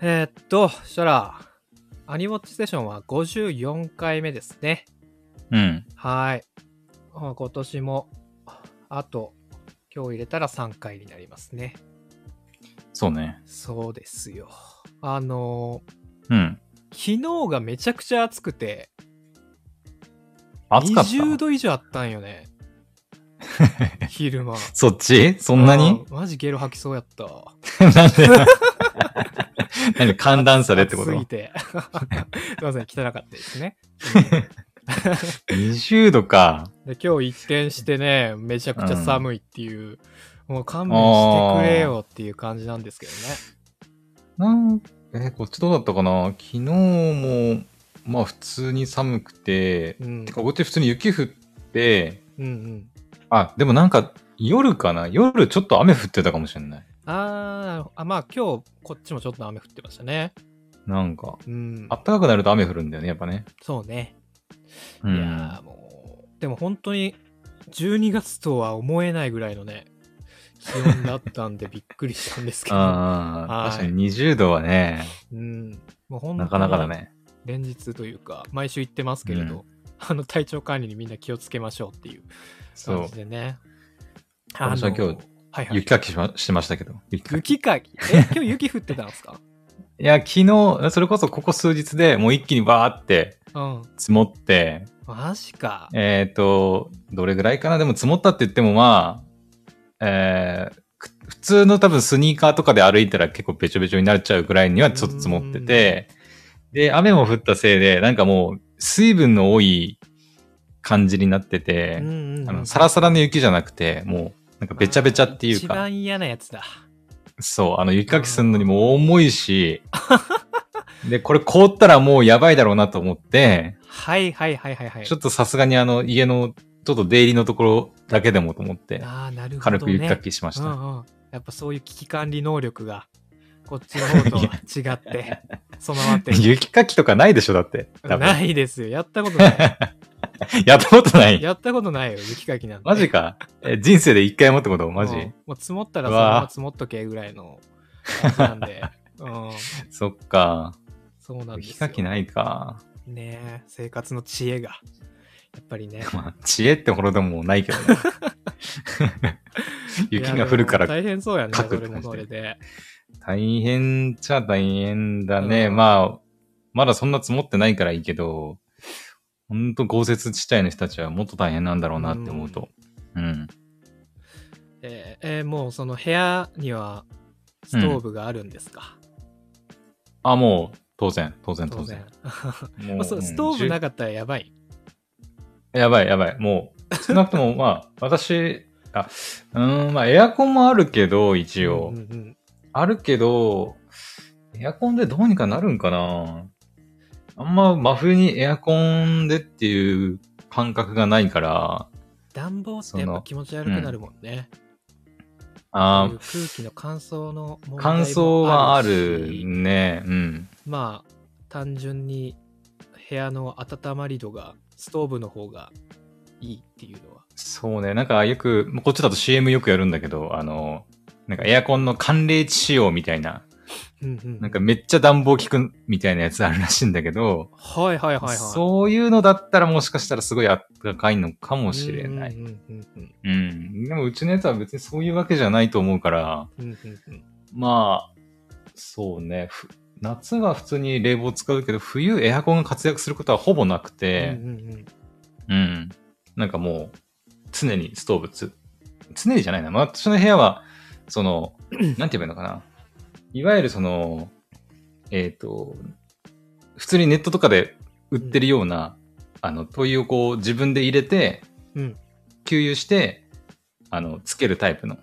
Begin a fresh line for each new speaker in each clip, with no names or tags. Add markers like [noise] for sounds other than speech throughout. えーっと、そしたら、アニウォッチステーションは54回目ですね。
うん。
はい。あ今年も、あと、今日入れたら3回になりますね。
そうね。
そうですよ。あの
うん。
ー昨日がめちゃくちゃ暑くて、
暑かった。
20度以上あったんよ
[laughs]
ね。昼間。
そっちそんなに
あーマジゲロ吐きそうやった。
[laughs] なんで何寒暖差でってこ
暑すぎ
と
て。 [laughs] すいません、汚かったですね。
?20 度か。
で今日一転してね、めちゃくちゃ寒いっていう、もう勘弁してくれよっていう感じなんですけどね。
なんえ、こっちどうだったかな昨日も、まあ普通に寒くて、
うん
て。かこっち普通に雪降って、
うんうん。
あ、でもなんか夜かな夜ちょっと雨降ってたかもしれない。
あーあ、まあ今日こっちもちょっと雨降ってましたね。
なんか、
うん
暖。かくなると雨降るんだよね、やっぱね。
そうね。
う
い
ん、
やーもう、でも本当に12月とは思えないぐらいのね、気温だったんでびっくりしたんですけど。
[laughs] ああ、
はい
確かに20度はね、
うん。もう本当に
なかなかだね。
連日というか、毎週言ってますけれど、
う
あの体調管理にみんな気をつけましょうっていう
そ
感
う
じ。でね。
私は今日、
はいはい、
雪かきしましてましたけど。雪かき
雪かき。え、今日雪降ってたんですか [laughs]
いや、昨日、それこそここ数日でもう一気にバーって
うん。
積もって、
マジか。
えっ、と、どれぐらいかなでも積もったって言ってもまあ、えーく普通の多分スニーカーとかで歩いたら結構べちょべちょになっちゃうぐらいにはちょっと積もってて、で、雨も降ったせいで、なんかもう水分の多い感じになってて、
ん
あのサラサラの雪じゃなくて、もうなんかべちゃべちゃってい
あー
う
一
か、
番嫌なやつだ。
そう、あの雪かきするのにも重
[laughs]
いし、で、これ凍ったらもうやばいだろうなと思って、
はいはいはいはいはい。
ちょっとさすがにあの家のちょっと出入りのところだけでもと思って、
ああ、なるほど、ね。
軽く雪かきしまし
う
た。
んうん。やっぱそういう危機管理能力が、こっちの方とは違
[laughs]
って、備わってる。
[laughs] 雪かきとかないでしょだって。多分
ないですよ。やったこと
[laughs]
ない。
やったことな
[laughs]
い。
やったことないよ、雪かきなんて。
マジか。え人生で一回もってことマジ
う。んもう積もったら
う
その
わー
まま積もっとけぐらいの感じなんで。うん。
そっか。
そうなんですよ。
雪かきないか。
ねえ、生活の知恵が。やっぱりね。
まあ、知恵ってほどでもないけどね。 [laughs]
[laughs]
雪が降るか
いや
ら
でも大変そうやね、
書く
そ
って
れ
感
も
じ
それで。
大変っちゃ大変だね。
うん
まあ、まだそんな積もってないからいいけど、ほんと豪雪地帯の人たちはもっと大変なんだろうなって思うと。うん
えーえーもうその部屋にはストーブがあるんですか、
あ、もう、当然、当然、
当
当
然
[laughs] 然。。
ま
も
あそうストーブな
く
かったらやばい。
やばい、やばい。もう、少なくとも、まあ、私、あ、うーん、まあ、エアコンもあるけど、一応。
うんうん
あるけど、エアコンでどうにかなるんかなあんま真冬にエアコンでっていう感覚がないから、
暖房ってやっぱ気持ち悪くなるもんね。
あ
そうい
ー
う空気の乾燥の問題もあるし
乾燥はあるね。うん。
まあ単純に部屋の温まり度がストーブの方がいいっていうのは。
そうね。なんかよく、こっちだと CM よくやるんだけど、あの、なんかエアコンの寒冷地仕様みたいな
うんうん
なんかめっちゃ暖房効くみたいなやつあるらしいんだけど、
はいはいはいはい。
そういうのだったらもしかしたらすごいあったかいのかもしれない。
うんうんうん
うんでもうちのやつは別にそういうわけじゃないと思うから、
うんうんうんうん
まあ、そうね。ふ夏は普通に冷房使うけど、冬エアコンが活躍することはほぼなくて、
うんうんうん
うん、なんかもう、常にストーブつ、常にじゃないな。まあ私の部屋は、
[clears throat]
その、なんて言えばいいのかな。いわゆるその、えっ、と、普通にネットとかで売ってるような、あの、灯油をこう自分で入れて、
うん
給油して、あの、つけるタイプの、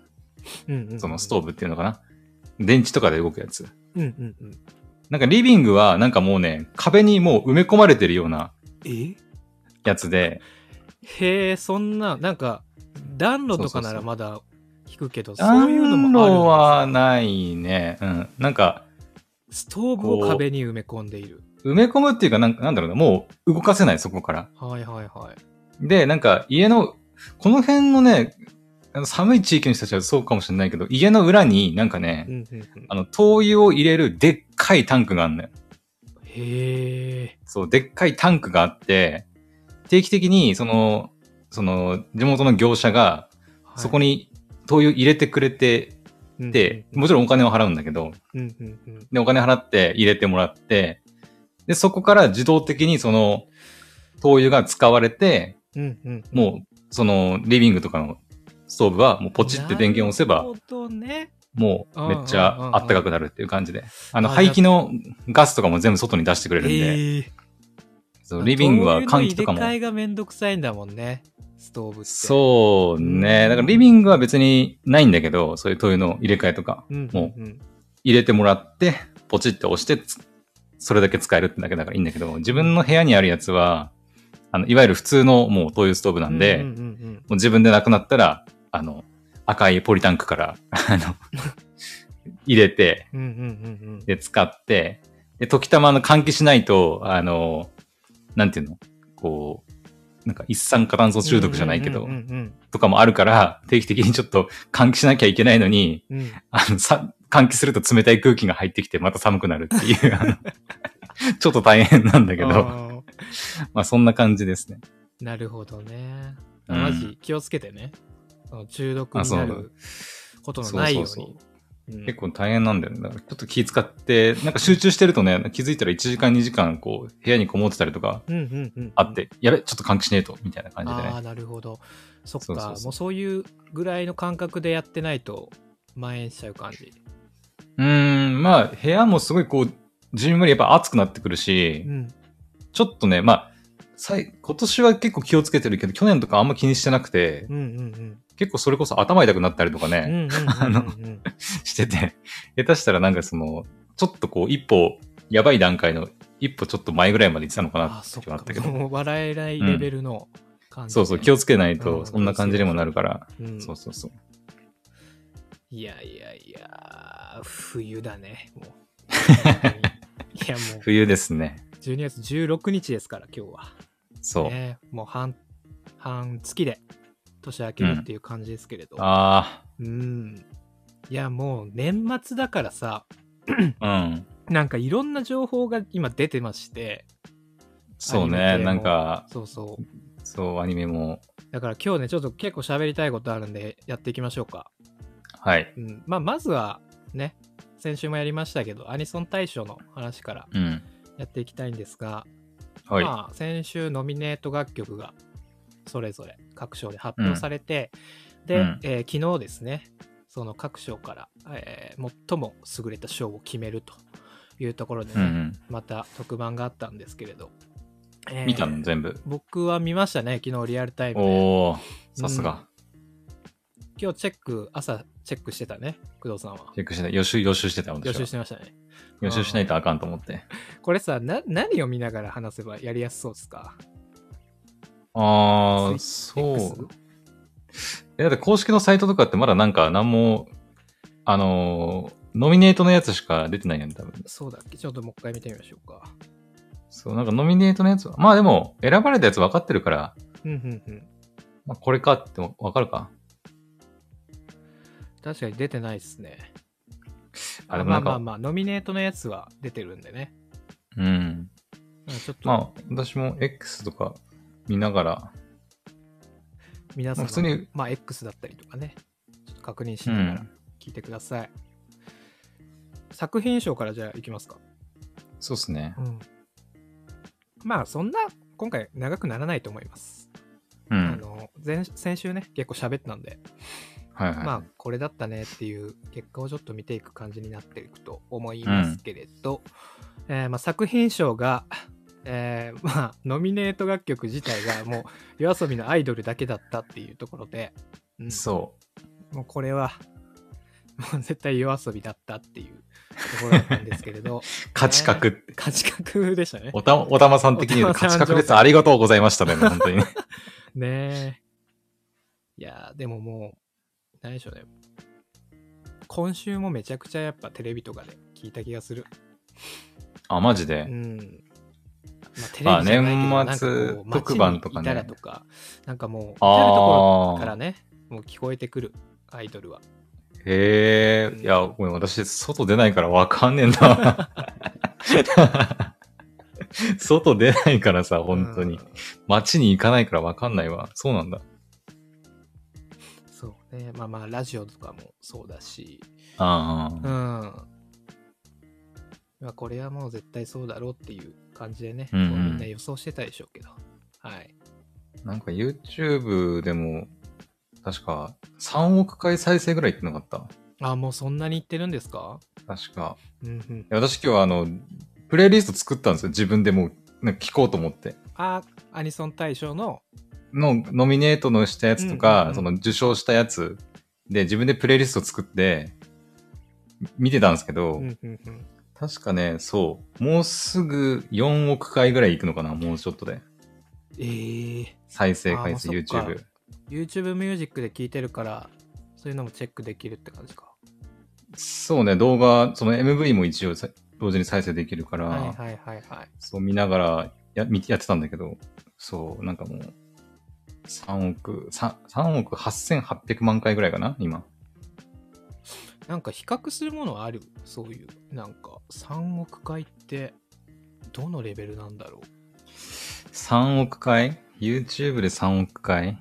うんうん
そのストーブっていうのかな。電池とかで動くやつ。
うんうんうん。
なんかリビングはなんかもうね、壁にもう埋め込まれてるような
え
やつで、
へえ、そんな、なんか、暖炉とかならまだ聞くけど、そういうのもあるん
暖
で
炉
す
はないね。うん。なんか、
ストーブを壁に埋め込んでいる。
埋め込むっていうか、なんかなんだろうな、もう動かせない、そこから。
はいはいはい。
で、なんか、家の、この辺のね、あの寒い地域の人たちはそうかもしれないけど、家の裏になんかね、
うんうんうん
あの、灯油を入れるでっかいタンクがあんのよ。
へえ。
そう、でっかいタンクがあって、定期的に、その、その、地元の業者が、そこ
に
に灯油入れてくれてて、もちろんお金を払うんだけど、
うんうんうん。
で、お金払って入れてもらって、で、そこから自動的にその、灯油が使われて、
うんうん。
もう、その、リビングとかのストーブは、もうポ
ポ
チって電源を押せば
な、るほどね。
もうめっちゃあったかくなるっていう感じで。あの、
あ
排気のガスとかも全部外に出してくれるんで、
へえ。
そうリビングは換気とか
灯油の入。れ
も
替えがめんどくさいんだもんね。ストーブって。
そうね。だからリビングは別にないんだけど、そういう灯油の入れ替えとか、
うん。
も
うんうん。
入れてもらって、ポチって押してつ、それだけ使えるってだけだからいいんだけど、自分の部屋にあるやつは、あの、いわゆる普通のもう灯油ストーブなんで、
う
も
んうんうん
う自分でなくなったら、あの、赤いポリタンクから、あの、入れて、
うん。うんうん
で、使って、で、時たまの換気しないと、あの、なんていうのこう、なんか一酸化炭素中毒じゃないけど、
うんうん
とかもあるから、定期的にちょっと換気しなきゃいけないのに、
うんうん。うん
あの、さ、換気すると冷たい空気が入ってきて、また寒くなるっていう、 [laughs] あのちょっと大変なんだけど、
あー
まあそんな感じですね。
なるほどね。
うん
マジ気をつけてね。その中毒
あ
に
そう
なることのないように。うん
結構大変なんだよね。だからちょっと気使って、なんか集中してるとね、気づいたら1時間2時間、こう、部屋にこもってたりとか
うんうんうんうん
あっ。て、やべ、ちょっと換気しねえと、みたいな感じで
あ
ね
あ。なるほどそっか
そうそうそう
もうそういうぐらいの感覚でやってないと蔓延しちゃう感じ
うーん、まあ、部屋もすごいこう、じんわりやっぱ暑くなってくるし
う、ん
ちょっとね、まあ、さい今年は結構気をつけてるけど、去年とかあんま気にしてなくて、
うんうん
結構それこそ頭痛くなったりとか
うんう
ね、
んうん
あのしてて、 [laughs] 下手したらなんかその、ちょっとこう、一歩、やばい段階の一歩ちょっと前ぐらいまで行ってたのかな
ああ
って
そっ
気はあ
か
ったけど、
もう笑えないレベルの感じ、
そうそう、気をつけない
うん
と、そんな感じにもなるから、
うん
そうそうそう。
いやいやいや冬だね
[laughs]
もういやもう
冬ですね。
12月16日ですから今日は
そう。
ねもう半半月で年明けるっていう感じですけれど
あ
うんいやもう年末だからさ
あ、うん。
なんかいろんな情報が今出てまして、
そう
アニメ
ね、
系も
なんか、
そうそう。
そう、アニメも、
だから今日ね、ちょっと結構喋りたいことあるんで、やっていきましょうか。
はい。
うん。まあ、まずはね、先週もやりましたけど、アニソン大賞の話から
うん。
やっていきたいんですが、
はい。
まあ、先週ノミネート楽曲がそれぞれ各賞で発表されて、で、
うん
えー昨日ですね、その各賞から、えー最も優れた賞を決めるというところで
う
ね、
んうん。
また特番があったんですけれど、えー
見たの全部。
僕は見ましたね、昨日リアルタイムで。
おお、さすが。
今日チェック、朝チェックしてたね、工藤さんは。
チェックしない。予習、予習してた、私
予
は
習してましたね。
予習しないとあかんと思って。
これさ、な何を見ながら話せばやりやすそうですか
ああ、
ツイッ
そう。えだって公式のサイトとかってまだなんか何も、あのーノミネートのやつしか出てないよね、多分。
そうだっけちょっともう一回見てみましょうか。
そう、なんかノミネートのやつは。まあでも、選ばれたやつ分かってるから、
うんうんうん。
まあ、これかっても分かるか。
確かに出てないですね。
あでも
ま
な
あ
んか
まあまあ、ノミネートのやつは出てるんでね。
うん。
まあちょっと
まあ、私も X とか見ながら、
皆さん
普通
の、
に
まあ X だったりとかね、ちょっと確認し
う
ながら
ん。
聞いてください。作品賞からじゃあいきますか。
そうっすね。
まあそんな今回長くならないと思います。
う
あ
ん。
の前先週ね結構喋ったんで、
はいはい。
まあこれだったねっていう結果をちょっと見ていく感じになっていくと思いますけれど、えーまあ、作品賞が、えーまあ、ノミネート楽曲自体がもう夜遊びのアイドルだけだったっていうところで、うん
そ
もうこれはもう絶対夜遊びだったっていうところだったんですけれ
[laughs]
ど
う。価値格って。
価値観でしたね。
おた、おたまさん的に言うと価値格です。ありがとうございましたね、もう本当にね。
ねえ。いやー、でももう、何でしょうね。今週もめちゃくちゃやっぱテレビとかで聞いた気がする。
あ、マジ
う
で。
ん。
ま
まあ、テ
あ
レビじゃないけど、
年
なん
末
かこう
特番と
街に
かね
いたらとか、なんかもう、至るとこ
あ
ろから
あ。
ね、もう聞こえてくるアイドルは。
へえ、いや、ごめん、私、外出ないからわかんねえな。外出ないからさ、本当に
うん。。
街に行かないからわかんないわ。そうなんだ。
そうね。まあまあ、ラジオとかもそうだし。
あ
うん。
あ、
まあ、これはもう絶対そうだろうっていう感じでね。
うんうん
こうみんな予想してたでしょうけど。はい。
なんか YouTube でも、確か3億回再生ぐらい行ってなかった。
あ、もうそんなに言ってるんですか
確か。
うんうん
い。や私今日はあの、プレイリスト作ったんですよ。自分でもう、なんか聞こうと思って。
あ、アニソン大賞の。
の、ノミネートのしたやつと
うんうん
か、
うん
その受賞したやつで自分でプレイリスト作って、見てたんですけど、
うんうんうん。
確かね、そう、もうすぐ4億回ぐらい行くのかな、もうちょっとで。
ええー。
再生回数
あーそっか
YouTube。
YouTube ミュージックで聴いてるから、そういうのもチェックできるって感じか。
そうね、動画、その MV も一応さ同時に再生できるから、
はいはいはいはい。
そう見ながらや見やってたんだけど、そう、なんかもう、3億、3, 3億8800万回ぐらいかな、今。
なんか比較するものあるそういう。なんか、3億回って、どのレベルなんだろう
3億回 ?YouTube で3億回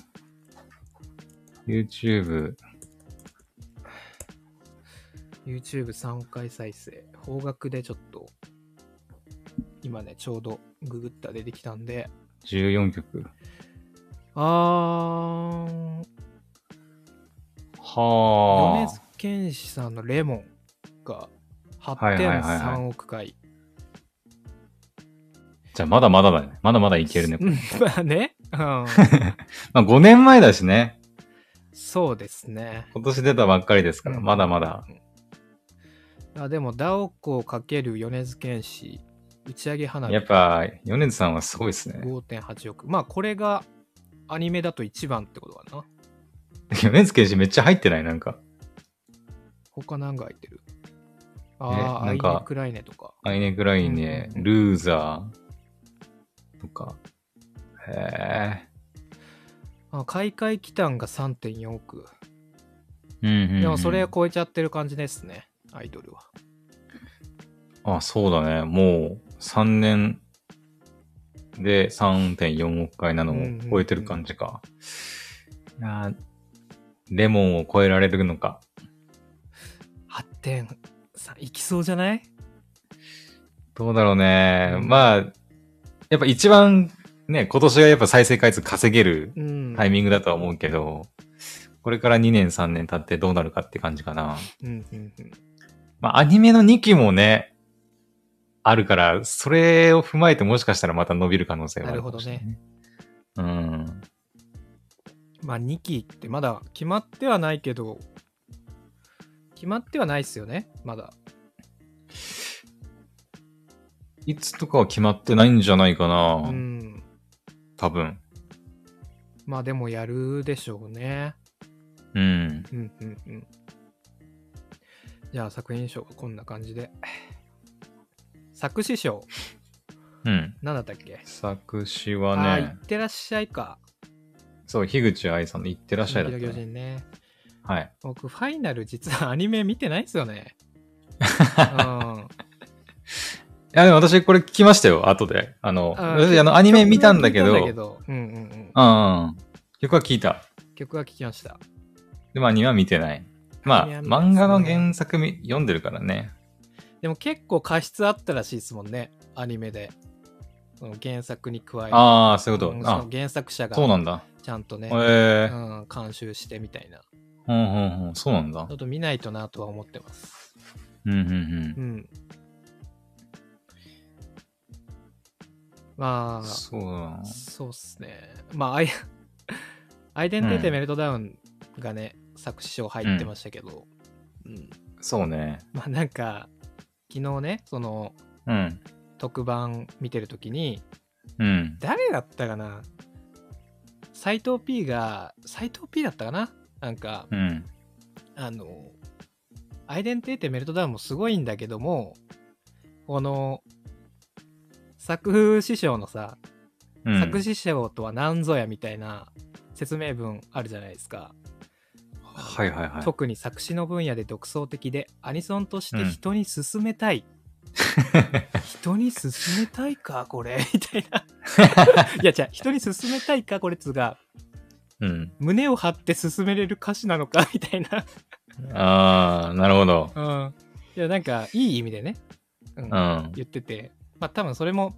?YouTube。
?YouTube3 回再生。方角でちょっと、今ね、ちょうどググったら出てきたんで、
14曲。
あー、
は
米
あ
津。玄師さんのレモンが
はいはいはいはい
8.3億回。
じゃあまだまだだね。まだまだいけるね。
うん [laughs] まあね。うん。
まあ5年前だしね。
そうですね。
今年出たばっかりですから、
うん
まだまだ。
あでも、ダオコ×米津玄師、打ち上げ花火
やっぱ、米津さんはすごいですね。
5.8億。まあ、これがアニメだと一番ってことかな。
米津玄師めっちゃ入ってないなんか。
他何が入ってるああ、
え
ア
な
イ
ん
ニ
か
クライネとか。
アイネ・グライネ、
うん
ルーザーとか。へ
あ開会期間が3.4億。
え。うんうんうん
でも、それを超えちゃってる感じですね、アイドルは。
あ、そうだね。もう3年で3.4億回なのを超えてる感じか。いやーレモンを超えられるのか。
8.3、いきそうじゃない
どうだろうね。
うん
まあ、やっぱ一番ね、今年がやっぱ再生回数稼げる
うん。
タイミングだとは思うけど、これから2年3年経ってどうなるかって感じかな。
うんうんうん。
まあ、アニメの2期もね、あるから、それを踏まえてもしかしたらまた伸びる可能性はあるかもしれない。なるほどね。うん。
まあ、2期ってまだ決まってはないけど、決まってはないっすよね、まだ。
いつとかは決まってないんじゃないかな、
うん。
多分。
まあでもやるでしょうね。
うん。
うんうんうん。じゃあ作品賞がこんな感じで。作詞賞、
うん。
何だったっけ、
作詞
あ
は
あー、い
ね
っ、てらっしゃいか。
そう、樋口愛さんのいってらっしゃいだった
進撃の巨
ね、
人ね。
はい。
僕、ファイナル実はアニメ見てないんすよ
[laughs]
ね。うん。
いや、でも私これ聞きましたよ、後で。あの、
あー
私あのアニメ見たんだけど、
曲は聞いただけどう
うんうん
んうん
ん。曲は聞いた。
うん。曲は聞きました。
でもアニメは見てない。ま
ア
あ、
ニメは見てない
漫画の原作み読んでるからね。
でも結構過失あったらしいですもんね、アニメで。その原作に加えて。
ああ、そういうこ
う
と
ん。そ
あ
の、原作者が
そうなんだ。
ちゃんとね、
へえ
う。ん、監修してみたいな。
うんうんうん、そうなんだ
ちょ。っと見ないとなとは思ってます。
うんうん
う。
うん
ま
ん。
あ、
そうだな。
そうっすね。まあ、アイアイデンティティメルトダウンがね、作詞賞入ってましたけど、うん。
そうね。
まあ、なんか、昨日ね、その、
うん。
特番見てるときに、
うん。
誰だったかな斎藤 P が、斎藤 P だったかななんか、
うん。
あの、アイデンティティメルトダウンもすごいんだけども、この、作師匠のさ、
うん
作詞匠とは何ぞやみたいな説明文あるじゃないですか。
はいはいはい。
特に作詞の分野で独創的でアニソンとして人に勧め
[laughs]
たい、人に勧めたいかこ
[laughs]
れみたいないやじゃ人に勧めたいかこれっつうが
うん。
胸を張って勧めれる歌詞なのかみたいな
ああ、なるほど。
うんいやなんかいい意味でね、うん
うん。
言っててまあ多分それも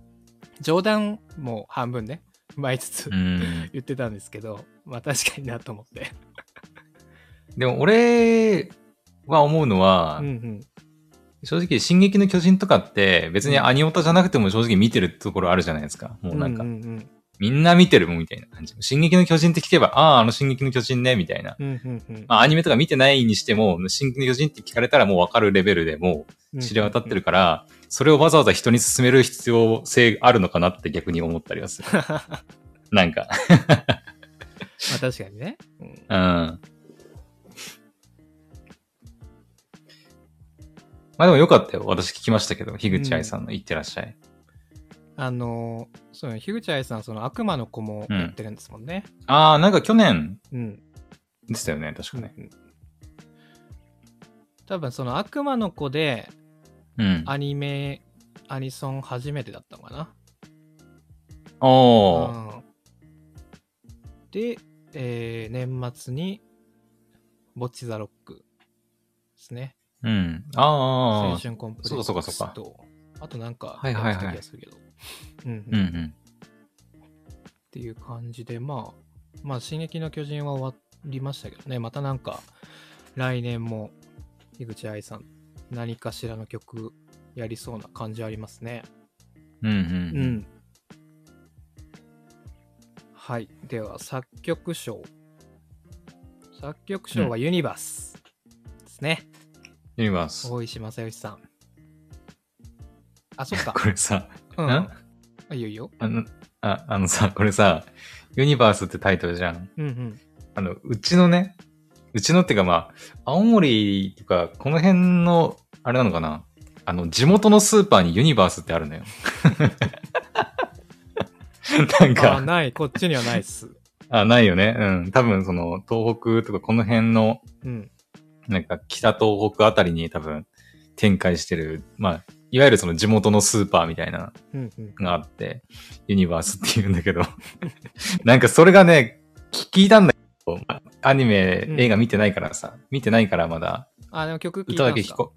冗談も半分ね [laughs] 前つつ
うん。
言ってたんですけど、まあ確かになと思って
でも俺は思うのは、
うんうん
正直、進撃の巨人とかって別にアニオタじゃなくても正直見てるところあるじゃないですか。もうなんか、
うんうん
みんな見てるもんみたいな感じ。進撃の巨人って聞けば、ああ、あの進撃の巨人ね、みたいな。
うんうんうん
まあ、アニメとか見てないにしても、進撃の巨人って聞かれたらもうわかるレベルでも
う
うん知れ渡ってるから、それをわざわざ人に勧める必要性あるのかなって逆に思ったりは
[laughs]
する。
まあ
なんか、
確かにね、うん
うん。まあでもよかったよ。私聞きましたけど、樋口愛さんの言ってらっしゃい。
あのそうね樋口愛さんその悪魔の子もやってるんですもんね
ああ、なんか去年
うん
でしたよね、確かね。
うん多分その悪魔の子で
うん。
アニメアニソン初めてだったのかな
おー。
うんで、えー年末にボッチザロックですね
うん。あ
青
あ。
春コンプレッ
そう
ク
か
ス
そう
と
かそうか
あとなんか
はいは
や
いはい
ってた気がするけどうんうん
うんうん。
っていう感じで、まあ、まあ、進撃の巨人は終わりましたけどね、またなんか、来年も、井口愛さん、何かしらの曲やりそうな感じありますね。
うんうん
う
うん。
ん。はい。では、作曲賞。作曲賞はユニバースですね。
ユニバース。
大石正義さん。あ、そっか。
これさ、
うん。
ん
あ、いいよいいよ。
あの、ああのさ、これさ、ユニバースってタイトルじゃん。
うんうん。
あの、うちのね、うちのってかまあ、青森とか、この辺の、あれなのかな。あの、地元のスーパーにユニバースってあるのよ。 [laughs] なん
あ、
か、
ない。こっちにはないっす。
あ、ないよね。うん。多分その、東北とかこの辺の、
うん。
なんか北東北あたりに多分展開してる、まあ、いわゆるその地元のスーパーみたいな
うんうん。
のがあって、ユニバースって言うんだけど、 [laughs] なんかそれがね、聞いたんだけど、まあアニメ、
うん
映画見てないからさ、見てないからまだ、
あ、でも曲聴いた
歌だ
ん
け
す
聞
か
こ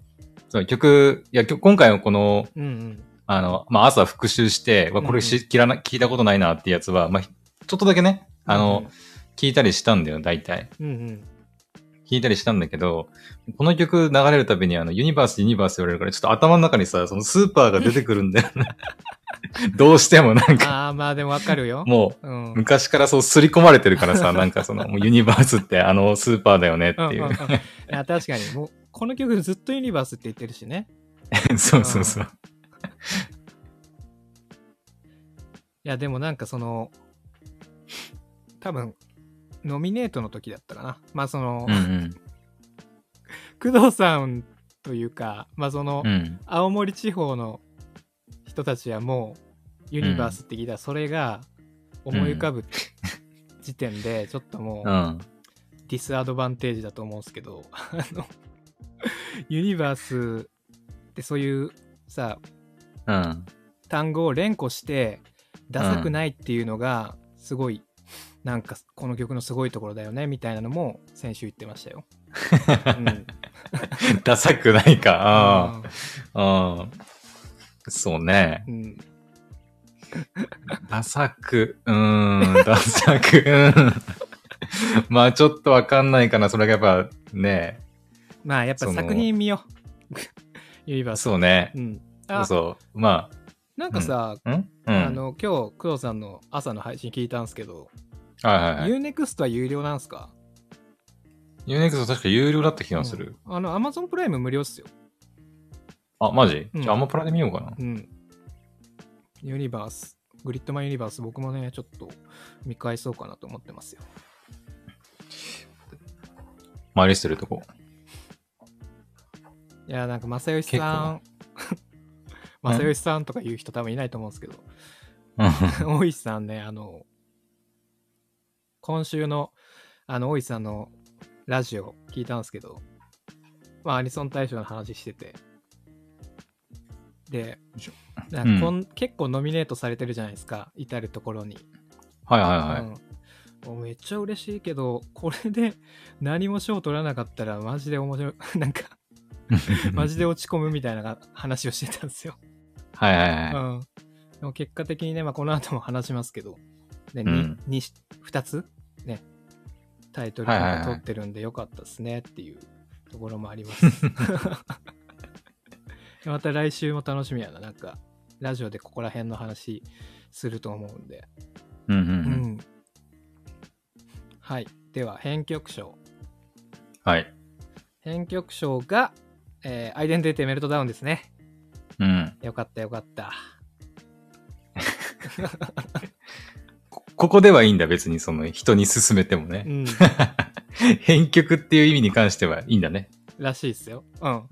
そう、曲、いや、曲今回のこの、
うんうん。
あの、まあ、朝復習して、わこれ
う
知らな、聞いたことないなってやつは、まあ、ちょっとだけね、あの、、聞いたりしたんだよ、大体。
うんうん。
聞いたりしたんだけど、この曲流れるたびにあの、ユニバース、ユニバース言われるから、ちょっと頭の中にさ、そのスーパーが出てくるんだよね。 [laughs] どうしてもなんか、
ああ、まあでもわかるよ。
もう、
うん。うん
昔からそう刷り込まれてるか
[laughs]
らさ、なんかその、もうユニバースってあのスーパーだよねって
うんうん
い。
いうや確かに、もう、この曲ずっとユニバースって言ってるしね。
[laughs] そうそうそう。
いや、でもなんかその、多分、ノミネートの時だったかな。まあその
う、ん
工藤さんというか、まあその
うん。う、ん。
青森地方の人たちはもう、ユニバースって聞いたら、それが思い浮かぶ時点で、ちょっともう
う、ん。
ディスアドバンテージだと思うんですけどあのユニバースってそういうさ
うん。
単語を連呼してダサくないっていうのがすごい、なんかこの曲のすごいところだよねみたいなのも先週言ってました
[laughs]
よ。うん
ダサくないか。ああ。うん。そうね。
うん
ダサく、うーん、ダサく、うーん。 [laughs] まあちょっとわかんないかな、それがやっぱね、
まあやっぱ
その
作品見よう [laughs] ユニバース。
そうね
う、ん、
そう
あ
そう、ま
なんかさ、
あ、んうん。
あの今日工藤さんの朝の配信聞いたんですけど、
はいはいはい。
UNEXT は有料なんすか
ユーネクスト確か有料だった気がする。
うんあの Amazon プライム無料っすよ。
あ、マジ、
うん
じゃあアマプラで見ようかな。
うん。ユニバース、グリッドマンユニバース、僕もね、ちょっと見返そうかなと思ってますよ。
マイリスト入れとこ
いや、なんか、正義さん、 [laughs] 正義さんとか言う人多分いないと思うんですけど、 [laughs]
う。うん
大石さんね、あの、今週の、あの、大石さんのラジオ聞いたんですけど、まあ、アニソン大賞の話してて、で
しょ、
なんかこん結構ノミネートされてるじゃないですか、至るところに。
はいはいはい。
うん、もうめっちゃ嬉しいけど、これで何も賞取らなかったら、マジで面白い、 [laughs] なんか、
[laughs]
マジで落ち込むみたいな話をしてたんですよ。
はいはいは
うん、でも結果的にね、まあ、この後も話しますけど、ね
う
に
ん
にし2つ、ね、タイトル
はいはい
を
はい
取ってるんでよかったですねっていうところもあります。 [laughs] また来週も楽しみやな、なんかラジオでここら辺の話すると思うんで。
い。うんうんう
うん
ん。
はい、では編曲賞。
はい。
編曲賞が、えーアイデンティティメルトダウンですね。
うん。
よかったよかった。
こここではいいんだ、別にその人に勧めても
う
ね。
ん、
編曲っていう意味に関してはいいんだね。
らしいですよ。うん。
うん。
こ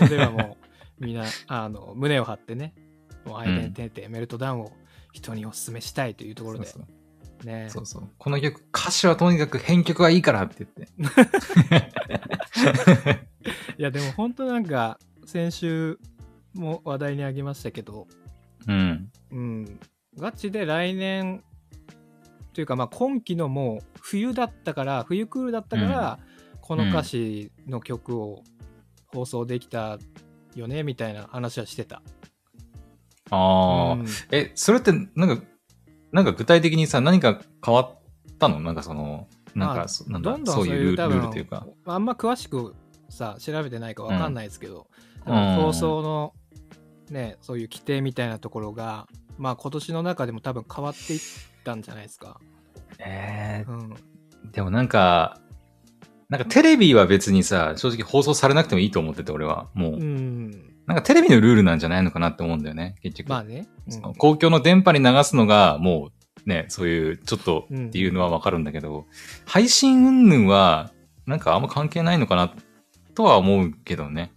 こではもうみんな [laughs] あの胸を張ってね、もうアイデンティティ、メルトダウンを人にお勧めしたいというところで
そう
ね。
そうそうそうこの曲、歌詞はとにかく編曲はいいからって言って。
いやでも本当なんか先週も話題にあげましたけど、
うん。
うん、ガチで来年というかまあ今季のもう冬だったから冬クールだったから、この歌詞の曲を放送できたよねみたいな話はしてた。
ああ、
うん
え、それって、なんか、なんか具体的にさ、何か変わったのなんかその、なん
あ
かそ、なんだ
どんどん
そういうル
多
ール
分
ルールというか。
あんま詳しくさ調べてないかわかんないですけど、
うん
多分放送のねそういう規定みたいなところがまあ今年の中でも多分変わっていったんじゃないですか、
え
うん、
ー、でもなんか、なんかテレビは別にさ、正直放送されなくてもいいと思ってて、俺は。もう、
うん
なんかテレビのルールなんじゃないのかなって思うんだよね、結局。
まあね、うん
その公共の電波に流すのが、もうね、そういう、ちょっとっていうのはわかるんだけど、配信云々は、なんかあんま関係ないのかな、とは思うけどね。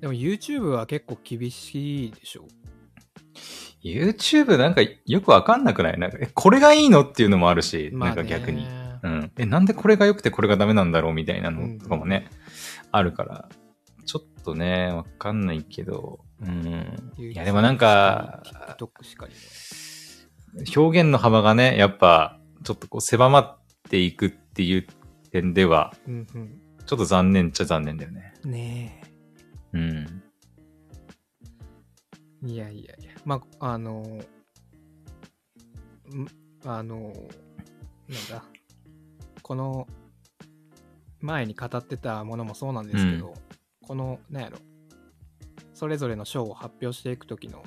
でも YouTube は結構厳しいでしょ
YouTube なんかよくわかんなくないなんか、えこれがいいのっていうのもあるし、
まあ
なんか
ね
逆に。うん。え、なんでこれが良くてこれがダメなんだろうみたいなのとかもね、あるから、ちょっとね、わかんないけど、うん。いや、でもなんか、
TikTok しかりね
表現の幅がね、やっぱ、ちょっとこう狭まっていくっていう点では、
うん
ちょっと残念っちゃ残念だよね。
うんねえ
うん。
いやいやいや、まあ、あのー、んあのー、なんだ、この、前に語ってたものもそうなんですけど、この、なんやろ、それぞれの賞を発表していくときの、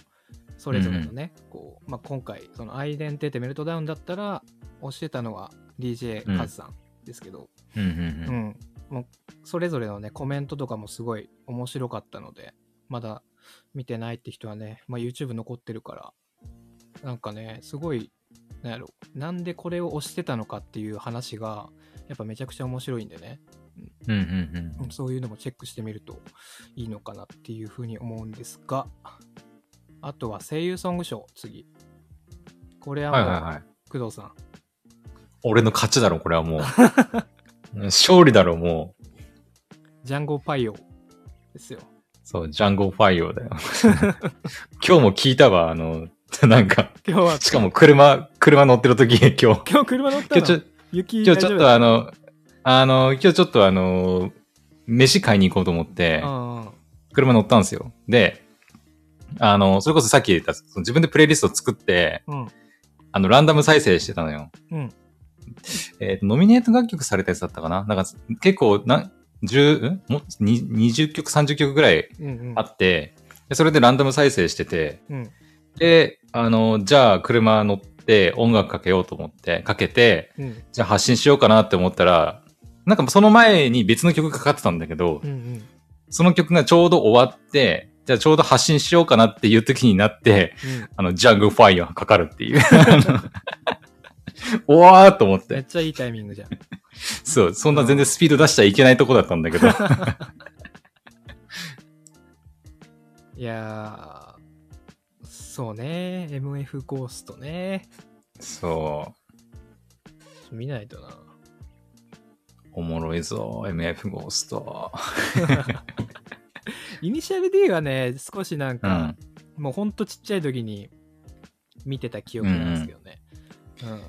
それぞれのね、こう、まあ、今回、そのアイデンティティメルトダウンだったら、推してたのは DJ
うん
カズさんですけど、
うんうん
う
うん。
ん、もうそれぞれのねコメントとかもすごい面白かったのでまだ見てないって人はね、まあ、YouTube 残ってるからなんかねすごいなんやろなんでこれを推してたのかっていう話がやっぱめちゃくちゃ面白いんでね、
うんうんうん
うんそういうのもチェックしてみるといいのかなっていうふうに思うんですがあとは声優ソング賞次これはも
は
う、
いはいはい。
工藤さん
俺の勝ちだろ、これはもう。 [laughs] うん勝利だろ、もう。
ジャンゴパイオですよ
そう、ジャンゴファイオだよ。 [laughs] 今日も聞いたわ、あの、なんか、
今日は
しかも車、車乗ってる時、今日。
今日車乗った
今日
の
ちょ、
雪
今日ちょっと
あ
あの、あの、今日ちょっとあの、飯買いに行こうと思って、
あ
車乗ったんですよ。で、あの、それこそさっき言った、その自分でプレイリストを作って、
うん
あの、ランダム再生してたのよ。
うん
えっ、と、ノミネート楽曲されたやつだったかななんか、結構、な、10、んもに20曲、30曲ぐらい
うんうん
あって、でそれでランダム再生してて、
うん
で、あの、じゃあ車乗って音楽かけようと思って、かけて、
うん
じゃあ発信しようかなって思ったら、なんかその前に別の曲かかってたんだけど
う、ん
その曲がちょうど終わって、じゃあちょうど発信しようかなっていう時になって、
うん
あの、ジャングルファイヤーかかるっていう。 [laughs] あのおわーっと思っ。
めってちゃいいタイミングじゃん。
そう、そんな全然スピード出しちゃいけないとこだったんだけ
[laughs]
ど。
いやー、そうね、MF ゴーストね。
そ
見ないとな。
う。おもろいぞ、MF ゴースト。
イニシャル D はね、少しなん
う
か
ん、。
もうほんとちっちゃい時に見てた記憶なんですけどね。うん。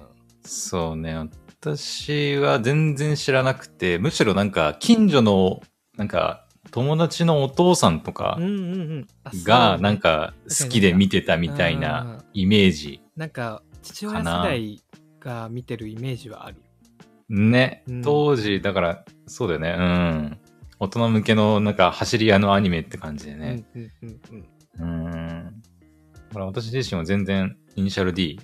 そうね、私は全然知らなくて、むしろなんか、近所の、なんか、友達のお父さんとか
うんうんうんあそう。
が、なんか、好きで見てたみたい
うんうん
な
うん
イメージ。
なんか、父親世代が見てるイメージはある。
ね
うん、
当時、だから、そうだよね、うん。大人向けの、なんか、走り屋のアニメって感じでね。
うんうんうんうん。
うん。だから私自身は全然、イニシャル D、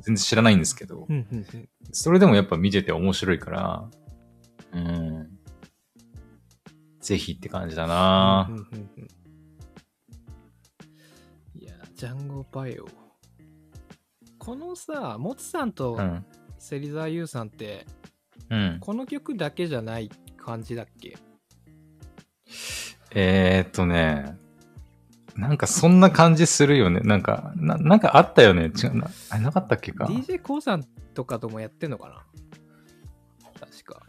全然知らないんですけど
う、んうんうん
それでもやっぱ見てて面白いから、うん。ぜひって感じだな、
うんうんうんうんいやジャンゴバイオこのさモツさんと
うん。
芹沢優さんって、
うん。
この曲だけじゃない感じだっけ
えー、っとね、なんかそんな感じするよね。なんか、ななんかあったよね。違うな。あれなかったっけか。
d j k o さんとかともやってんのかな確か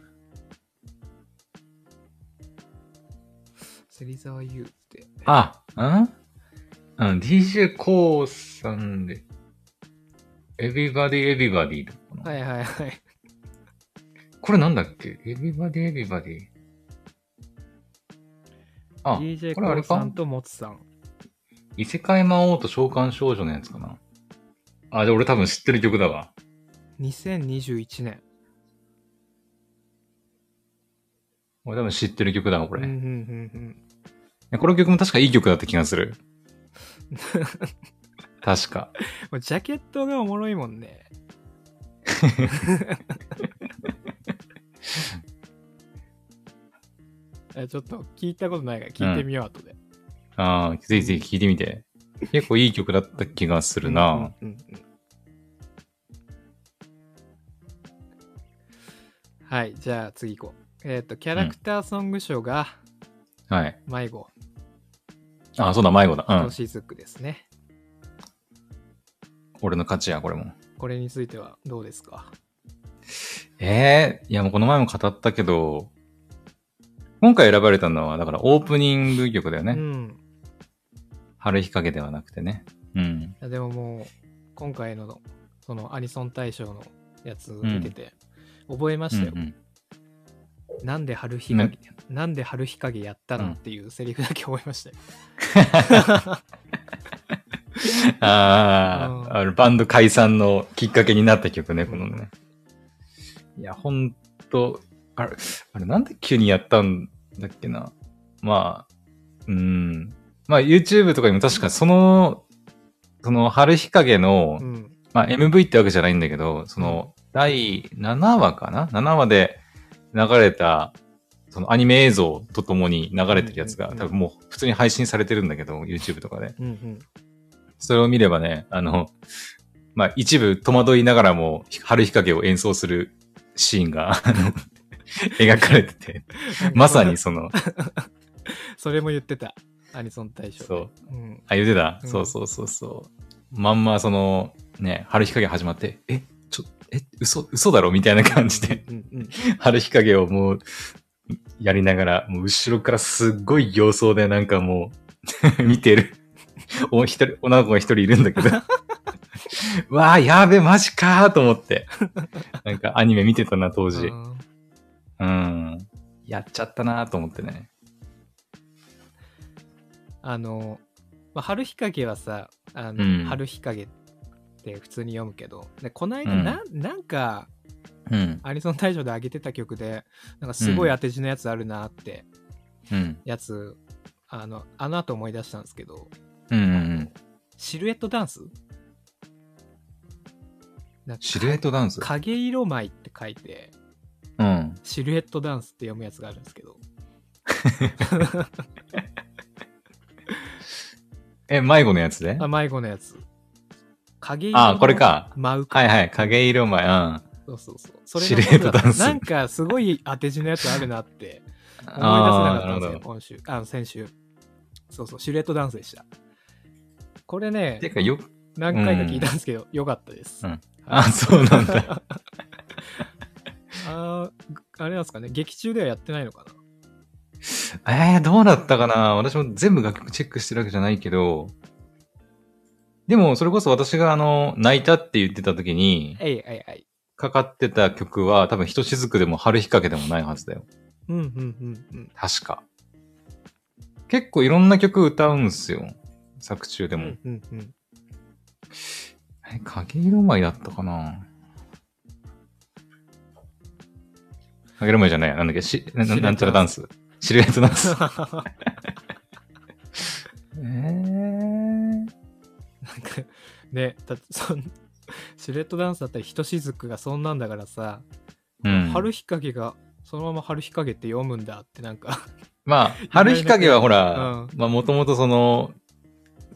芹沢優って
あ、うんうん、DJ コウさんで、エビバディエビバディとかな
はいはいはい
これなんだっけエビバディエビバディ。あ、
d j
こ
k
れあれ
o
か
さんとモツさん
異世界魔王と召喚少女のやつかな。あ、で俺多分知ってる曲だわ。
2021年
俺多分知ってる曲だわ、こ
こう
れ。
んう
い
んうん
やこの曲も確かいい曲だった気がする。確か。
うんもうジャケットがおもろいもん
[laughs]
ねえちょっと聞いたことないから聞いてみよう後で、
ああ、ぜひぜひ聴いてみて。結構いい曲だった気がするな。
うんうんうんはいじゃあ次行こうえっ、とキャラクターソング賞が
はい。
迷子、
あ、そうだ、迷子だ。う
ト
ん。
シズクですね、
俺の勝ちや、これも。
これについてはどうですか
ええいやもうこの前も語ったけど、今回選ばれたのは、だからオープニング曲だよね。
うん
春日陰ではなくてね。うん。
いやでももう今回のそのアニソン大賞のやつ見てて覚えましたよ、
うんうん
なんで春日陰、なんで春日陰やったのっていうセリフだけ覚えましたよ、
あ
うん
ーあの、バンド解散のきっかけになった曲ね、このね。いや、ほんと、あれ、あれなんで急にやったんだっけな。まあ、うん。まあ、YouTube とかにも確かその、その、春日陰の、
うん
まあ、MV ってわけじゃないんだけど、その、第7話かな ?7 話で流れた、そのアニメ映像とともに流れてるやつ
う
が、
んうんうん
多分もう普通に配信されてるんだけど、YouTube とかで。
うんうん
それを見ればね、あの、まあ、一部戸惑いながらも、春日陰を演奏するシーンが、 [laughs] あの描かれてて、 [laughs] まさにその、
それも言ってたアニソン大賞で
そう、
うん、
あ、言うてた、
うん
そうそうそうそう。まんま、その、ね、春日陰始まって、え、ちょ、え、嘘、嘘だろみたいな感じで、
うんうんうん
春日陰をもう、やりながら、もう後ろからすっごい形相でなんかもう、 [laughs] 見てる。お一人、女の子が一人いるんだけど。 [laughs] わあ、やべ、マジかーと思って。なんかアニメ見てたな、当
あ
時。
ー
うん。やっちゃったなーと思ってね。
あの、まあ、春日陰はさあの、
うん
春日陰って普通に読むけどでこの間
うん
な,、ん、なんか
うん。
アニソン大賞で上げてた曲でなんかすごい当て字のやつあるなって
うん。
やつ、あのあの後思い出したんですけど
うんうんうん。
シルエットダンスなんか
シルエットダンス。
影色舞って書いて
うん。
シルエットダンスって読むやつがあるんですけど
え、迷子のやつで
あ迷子のやつ影色
あー、これか。
舞うか
はいはい。影色前。うん。
そうそうそうそれ
シ
の
ル
こと
エットダンス
なんかすごい当て字のやつあるな
[laughs]
って思い出せなかったんです
あーなる
よ
ほど
今週あの先週そうそうシルエットダンスでしたこれね
てか、よ、
何回か聞いたんですけど、よかったです、
うんあ、そうなんだ。
[laughs] あーあれなんですかね劇中ではやってないのかな
えー、どうだったかな私も全部楽曲チェックしてるわけじゃないけど、でも、それこそ私があの、泣いたって言ってた時に、
えいえいえい
かかってた曲は多分、ひとしずくでも春日陰でもないはずだよ。
うんうんうんうん
確か。結構いろんな曲歌うんすよ。作中
で
で
う
も。
んうんうん
え、影色舞だったかな影色舞じゃないやなんだっけしな、ななんちゃらダンス。シルエットダンス。え [laughs] ー、
なんかねだってそんシルエットダンスだったりひとしずくがそんなんだからさ、
うん。
春日陰がそのまま春日陰って読むんだってなんか
まあ、春日陰はほら、
う
まあ、もともとその、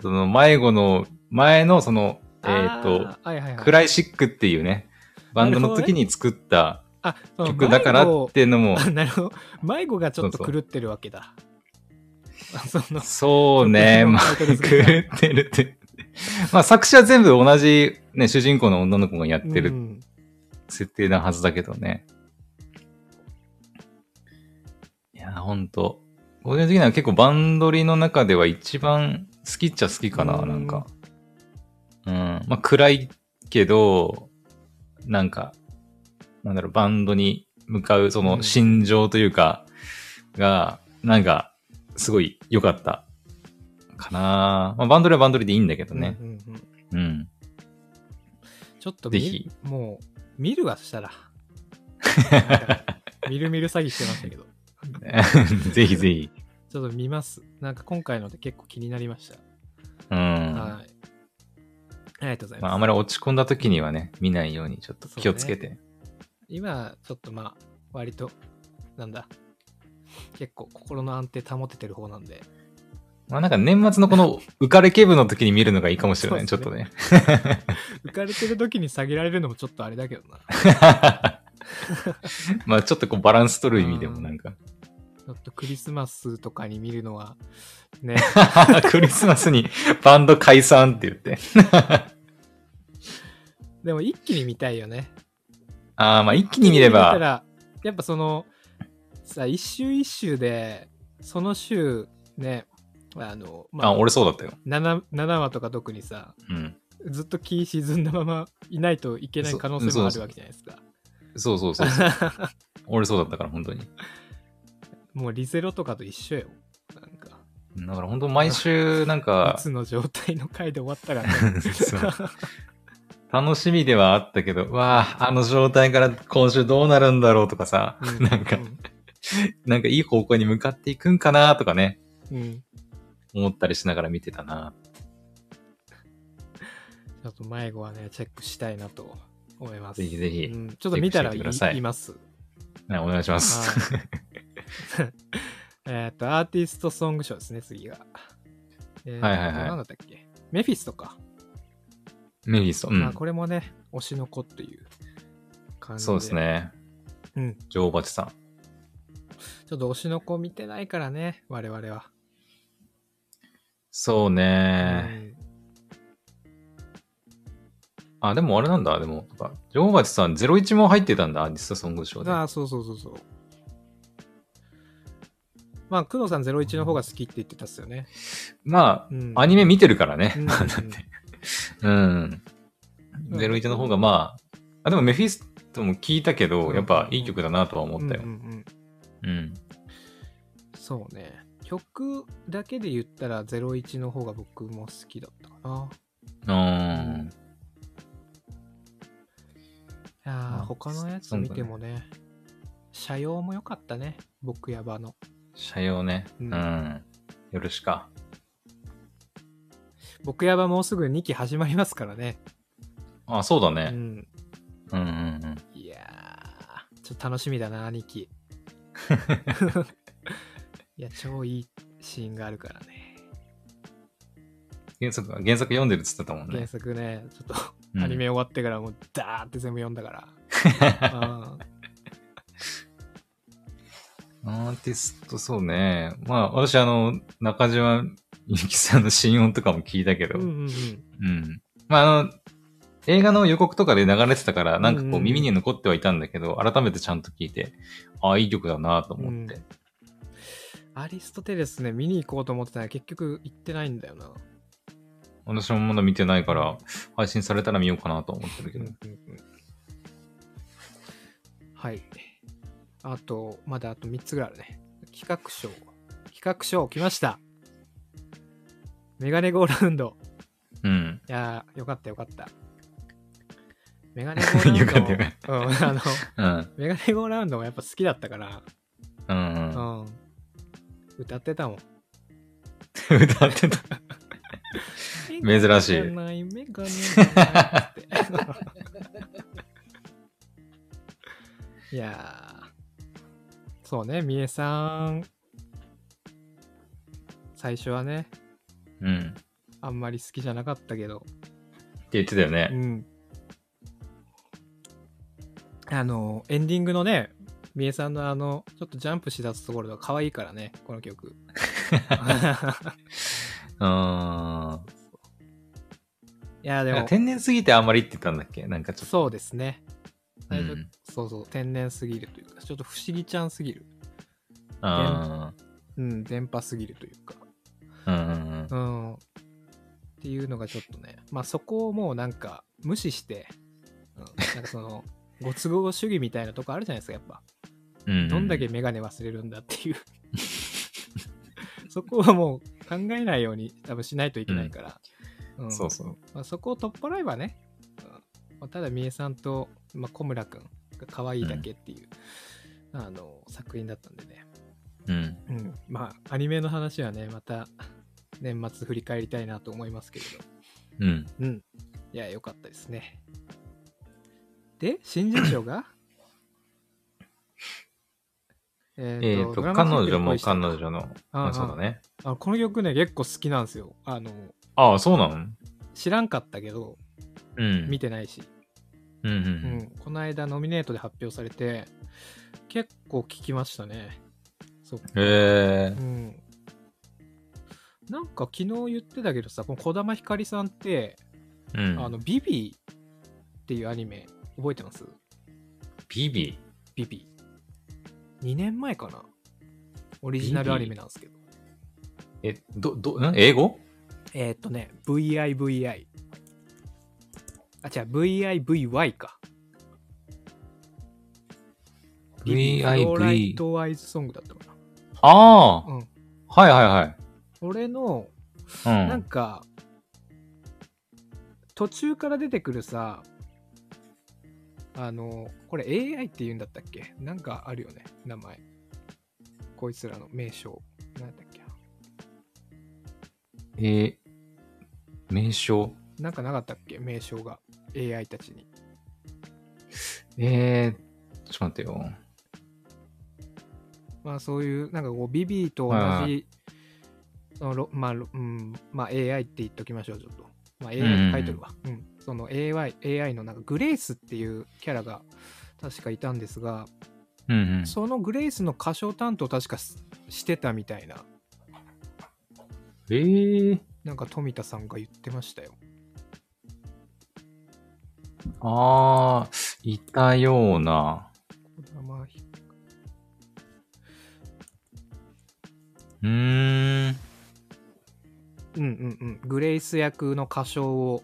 その、迷子の、前のその、えっ、と、
あーはいはいはい
クライシックっていうね、バンドの時に作った
あその
曲だからっていうのも、
あなるほど。迷子がちょっと
そうそう
狂ってるわけだ。あその、
そう
[laughs]
ね、まあ、
ちょっとそのタイトル
狂
付け
ってるって。まあ、作詞は全部同じ、ね、主人公の女の子がやって
う
る
ん
設定なはずだけどね。いや、ほんと。個人的には結構バンドリの中では一番好きっちゃ好きかな、
うん
なんか。うん。まあ、暗いけど、なんか、なんだろう、バンドに向かうそうの
ん
心情というか、が、なんか、すごい良かった。かなまあ、バンドリはバンドリでいいんだけどね
う。んうんうん
うん。
ちょっと
ぜ
見
ひ、
もう、見るはした
[laughs]
ら。なんか見る見る詐欺してましたけど。
[laughs] ぜひぜひ。
ちょっと見ます。なんか今回ので結構気になりました。
うん。
はい。ありがとうございま
ま
す。
あ、あまり落ち込んだ時にはね、見ないようにちょっと気をつけて。
今、ちょっとまあ、割と、なんだ、結構心の安定保ててる方なんで、
まあなんか年末のこの浮かれ気分の時に見るのがいいかもしれない、ち
そ
ょ
う
っ
で
と
す
ね。
浮かれてる時に下げられるのもちょっとあれだけどな。
[laughs] まあちょっとこうバランス取る意味でもなんか。
ちょっとクリスマスとかに見るのは、
[laughs]
ね、
クリスマスにバンド解散って言って。
でも一気に見たいよね。
ああ、まあ一気に見れ
た
ば。
ら、やっぱその、さ、一週一週で、その週、ね、あの、ま
あ、
あ、
俺そうだったよ。
7, 7話とか特にさ、
うん。
ずっと気沈んだままいないといけない可能性もあるわけじゃないですか。
そうそうそう [laughs] そう。俺そうだったから、本当に。
もうリゼロとかと一緒よ。なんか、
だから本当毎週なん [laughs] か、
鬱の状態の回で終わったから
[laughs] そう
ね。
楽しみではあったけど、わあ、あの状態から今週どうなるんだろうとかさ、
う
なんか
う、
なんかいい方向に向かっていくんかなとかね、
うん。
思ったりしながら見てたな。
ちょっと迷子はね、チェックしたいなと思います。
ぜひぜひ
うんちょっと見たら
チ
い
ェックしてみてください
言います。
ねお願いします。
はい [laughs] えっと、アーティストソング賞ですね、次が。えーと
はいはいはい
なんだったっけメフィストか。
[laughs] メフィスト。う
まあ
ん。
これもね、推しの子っていう感じで。
そうです。ね。
うん。
女王蜂さん。
ちょっと推しの子見てないからね、我々は。
そうね。あ、でもあれなんだ。でも、なんか女王蜂さん01も入ってたんだ、アーティストソング
う
賞
ん
で。
ああ、そうそうそうそう。まあ、工藤さん01の方が好きって言ってたっすよね。
ま
うん
あ、アニメ見てるからね。
うん
だって。うん。
うん
01の方がまあ、あ、でもメフィストも聞いたけ
う
ど、
ん
やっぱいい曲だなとは思ったよ
うん。うんうん
うん。
そうね。曲だけで言ったら01の方が僕も好きだったかな。
うん。
いやー
あ
他のやつ見てもね、社用も良かったね。僕やばの。
社用ね。
う
うんん。よろしか。
僕やばもうすぐ2期始まりますからね。
あ、そうだ
う
ね。
ん。
うんうんうん。
いやー、ちょっと楽しみだな、2期。
[laughs]
いや、超いいシーンがあるからね。
原作、原作読んでるっつってたもん
原
ね。
作ね、ちょっと
うん
アニメ終わってからもうダーって全部読んだ
[laughs]
から。
アーティスト、そうね。まあ、私、あの、中島みゆきさんの心音とかも聞いたけ
う
ど、
ん。う
うん
うんう
ん、
ん。
まあ、あの、映画の予告とかで流れてたから、なんか
うん
こ
う
うん耳に残ってはいたんだけど、改めてちゃんと聞いて、ああ、いい曲だなと思って。
アリストテレスね、見に行こうと思ってたら結局行ってないんだよな。
私もまだ見てないから、配信されたら見ようかなと思ってるけど。
はい。あと、まだあと3つぐらいあるね。企画賞。企画賞来ました。メガネゴーラウンド。
うん。
いやー、よかったよかった。メガネゴーラウンド。
[laughs] よかったよかっ
うん、あの、
うん。
メガネゴーラウンドもやっぱ好きだったから、う
う。
んん。歌ってたもん。
歌ってた。珍しい
メガネじゃないメガネじゃないっつって。いやー、そうね、みえさん、最初はね、
うん。って
あんまり好きじゃなかったけど、
言ってたよ
う
ね。
ん。あの、エンディングのね、みえさんのあの、ちょっとジャンプしだすところが可愛いからね、この
[laughs]
曲。
うん。
いや、で
なん
も
か、天然すぎてあんまりって言ったんだっけなんかちょっと。
そうですね。
う
最初
ん。
そうそう、天然すぎるというか、ちょっと不思議ちゃんすぎる。
あ
うん、電波すぎるというか。
ーうんうんうん。
うん。っていうのがちょっとね、まあそこをもうなんか無視して、うん、なんかそ [laughs] の、ご都合主義みたいなとこあるじゃないですか、やっぱ。
うう
どんだけメガネ忘れるんだって [laughs] いう。そこはもう考えないように多分しないといけないから。うん
そうそう。
まあ、そこを取っ払えばね、うんまあ、ただ三重さんと、まあ、小村君が可愛いだけっていう、あの作品だったんでね、
うん。
うん、まあアニメの話はねまた年末振り返りたいなと思いますけれ
うん。
どうんいや良かったですねで新人賞がえ
えっ、
ー
と、
ドラ
彼
マシング
女
ル
も
恋してた
彼女の、
うんうん
あそうだね。
あこの曲ね結構好きなんですよあの
ああ、そうなの
知らんかったけど
うん。
見てないし、
うんう
うんん、この間ノミネートで発表されて結構聞きましたねそう、
うん。へえ
うん、なんか昨日言ってたけどさこの児玉ひかりさんって、
ー。うん。
あのビビっていうアニメ覚えてます
ビビ
ビビ2年前かなオリジナルアニメなんですけど
え、ど、ど、ん英語
えーっとね VIVI あ違う VIVY かフ
VIV
ローライトアイズソングだったか
ああ、
なうん
はいは
俺の
いはい。う
なん
ん。
か、途中から出てくるさ、あの、これ AI って言うんだったっけなんかあるよね、名前。こいつらの名称。なんだっけ
えー、名称。
なんかなかったっけ名称が AI たちに。
えー、ちょっと待ってよ。
まあそういう、なんかこう、ビビーと同
はいは
じ、そのロまあ、ロうん、まあ AI って言っときましょう、ちょっと。まあ
うんうんう
AI
ん
書いてるわ。うん。その AI、AI のなんかグレースっていうキャラが確かいたんですが、
うんうん。
そのグレイスの歌唱担当確かすしてたみたいな、
えー、
なんか富田さんが言ってましたよ。
ああ、いたような。
児玉ひ
うーん。
うんうんうん。グレイス役の歌唱を、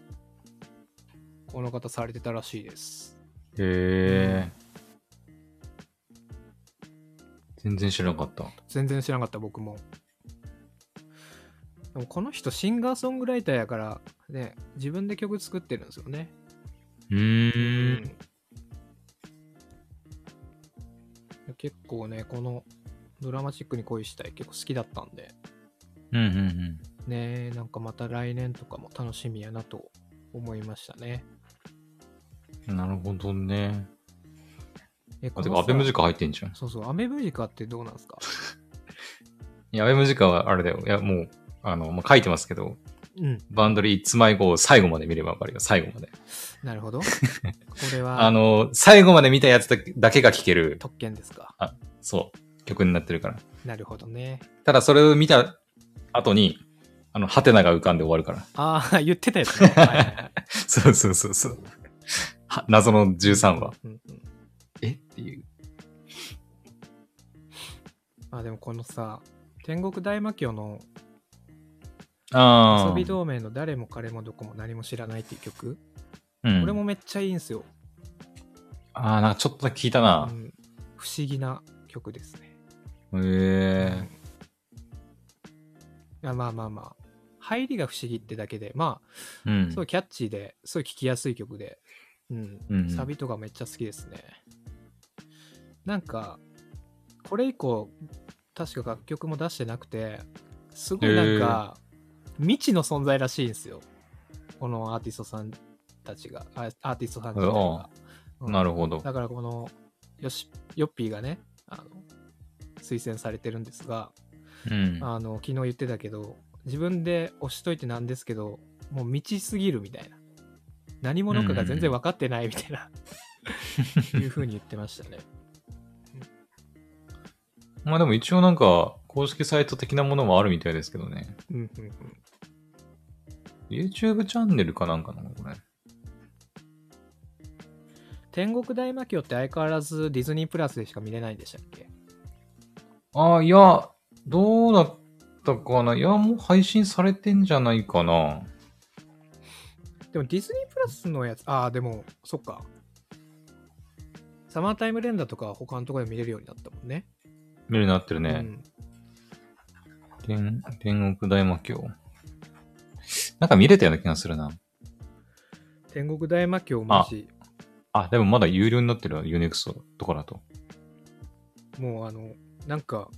この方されてたらしいです。
へえ全然知らなかった。
全然知らなかった、僕も。でもこの人、シンガーソングライターやから、ね、自分で曲作ってるんですよね。
うーん。
うん結構ね、このドラマチックに恋したい、結構好きだったんで。
うんうんうん。
ねえなんかまた来年とかも楽しみやなと思いましたね。
なるほどね。
え、
あ、
こ
て
の
か、
さ
アベムジカ入ってんじゃん。
そうそう、アメムジカってどうなんです
[laughs]
か
いや、アベムジカはあれだよ。いや、もう、あの、まあ、書いてますけど、
うん、
バンドリー、つまいごを最後まで見ればわかるよ、最後まで。
なるほ
[laughs]
ど。これは、
あの、最後まで見たやつだけだけが聴ける、
特権ですか。
そう、曲になってるから。
なるほどね。
ただ、それを見た後に、あの、ハテナが浮かんで終わるから。 [laughs]
あ [laughs] あ、言ってたやつね。はいはいはい
そうそうそうそう。は謎の13話。
うんうん
えっていう。
あでもこのさ天国大魔教の
あ
遊
あ。
び同盟の「誰も彼もどこも何も知らない」っていう曲、
うん、
これもめっちゃいいんすよ、
ああ、なんかちょっとだけ聞いた
う
な。
ん、不思議な曲ですね
へ、え
いやまあまあまあ入りが不思議ってだけでまあ
うん。
すごいキャッチーですごい聴きやすい曲で、うん
うん
サビとかめっちゃ好きですねなんかこれ以降確か楽曲も出してなくてすごいなんか、未知の存在らしいんですよこのアーティストさんたちがあアーティストさんたちが、うん
なるほど。
だからこのよしヨッピーがねあの推薦されてるんですが、
うん。
あの昨日言ってたけど自分で押しといてなんですけどもう未知すぎるみたいな何者かが全然分かってないみたいな、いうふうに言ってましたね
まあでも一応なんか、公式サイト的なものもあるみたいですけどね。
うんうんうん
YouTube チャンネルかなんかなのこれ。
天国大魔教って相変わらずディズニープラスでしか見れないんでしたっけ
ああ、いや、どうだったかな。いや、もう配信されてんじゃないかな。
でもディズニープラスのやつああでもそっかサマータイム連打とかは他のところで見れるようになったもんね
見るようになってるね。
うん、
天天国大魔教。なんか見れたような気がするな。
天国大魔教もし
あ、でもまだ有料になってるわ、ユネクストとかだと。
もうあの、なんか、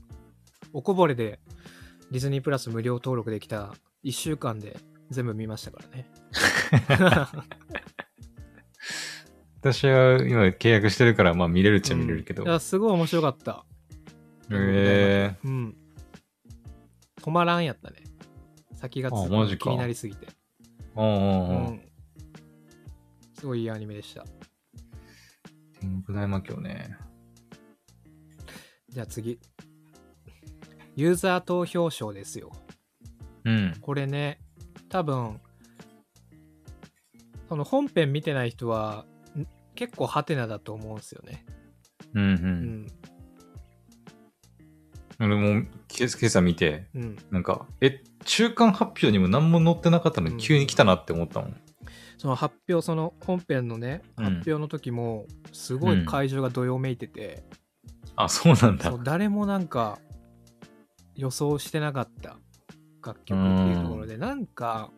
おこぼれでディズニープラス無料登録できた1週間で全部見ましたからね。
私は今契約してるから、まあ見れるっちゃ見れるけど。
うんいやすごい面白かった。
え
うん。止まらんやったね。先がつ
あマジか
気になりすぎて。
えー。うん
う
うんうん。
ん。すごいいいアニメでした。
天国大魔教ね。
じゃあ次。ユーザー投票賞ですよ。
うん。
これね多分その本編見てない人はん結構ハテナだと思うんですよね、
うん
う
うん。
ん
俺も、今朝今朝見て、
うん、
なんか、え、中間発表にも何も載ってなかったの
うん
に急に来たなって思ったもん。
その発表その本編のね
うん
発表の時もすごい会場がどよめいてて、
あ、そうなんだ
そ。う誰もなんか予想してなかった楽曲っていうところでなんか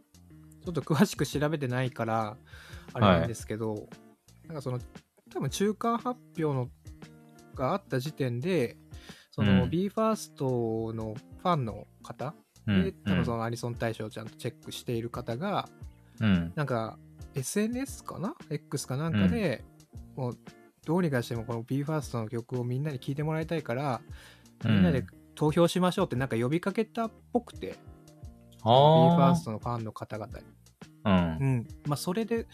ちょっと詳しく調べてないからあれなんですけど、なんかその多分中間発表のがあった時点でその
うん
BE:FIRST のファンの方
う
で、
ん。
多分そのアニソン大賞をちゃんとチェックしている方が
うん。
なんか SNS かな ?X かなんかで、もうどうにかしてもこの BE:FIRST の曲をみんなに聴いてもらいたいから、みんなで投票しましょうってなんか呼びかけたっぽくて、
あー
BE:FIRST のファンの方々に。
うん
う。ん。まあ、それで、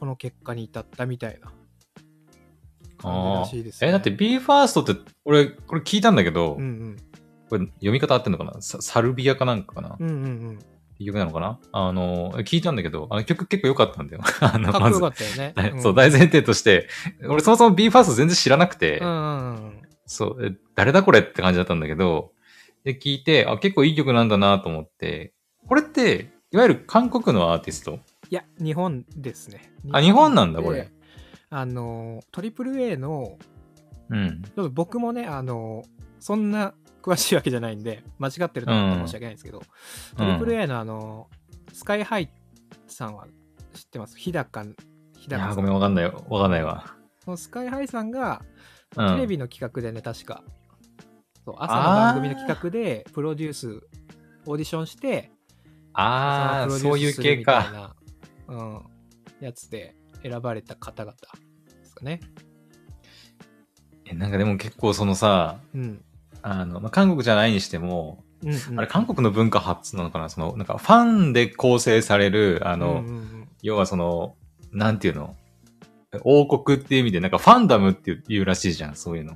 この結果に至ったみたいな感じらしいです、ね。
え、だって BE:FIRST って、俺、これ聞いたんだけど、
うんうん。
これ読み方合ってんのかなササルビアかなんかかな、
うんうん
曲なのかなあの、聞いたんだけど、あの曲結構良かったんだよ。 [laughs] あ
うん。
の、
かっ
[laughs] ま
こよ
ず。
か。ったよね
[laughs] そう、大前提として、俺そもそも BE:FIRST 全然知らなくて、
うんうんうんうん。
そう、え誰だこれって感じだったんだけど、で、聞いて、あ、結構いい曲なんだなと思って、これって、いわゆる韓国のアーティスト
いや、日本ですね。
あ日本なんだ
で
これ。
あの、AAA の、
うん。
ちょっと僕もね、あの、そんな詳しいわけじゃないんで、間違ってると思ったら申し訳ないんですけど、
うん
AAA のあの、スカイハイさんは知ってます日高、日
いや
高
ー、
さ
ごめ
ん。
ん、わかんないよ。わかんないわ。
そのスカイハイさんが、
う
テ
ん
レビの企画でね、確か、そう朝の番組の企画で、プロデュース、オーディションして、
あー、
そ
そ
のプロ
う
デュ
い
ー
う
スする
系
みたい
か。
な、うん、やつで選ばれた方々ですかね。
え、なんかでも結構そのさ、
うん。
あの、まあ、韓国じゃないにしても、
うんうん
あれ、韓国の文化発なのかなその、なんか、ファンで構成される、あの、
うんうんうん
要はその、なんていうの王国っていう意味で、なんか、ファンダムっていう言うらしいじゃん、そういうの。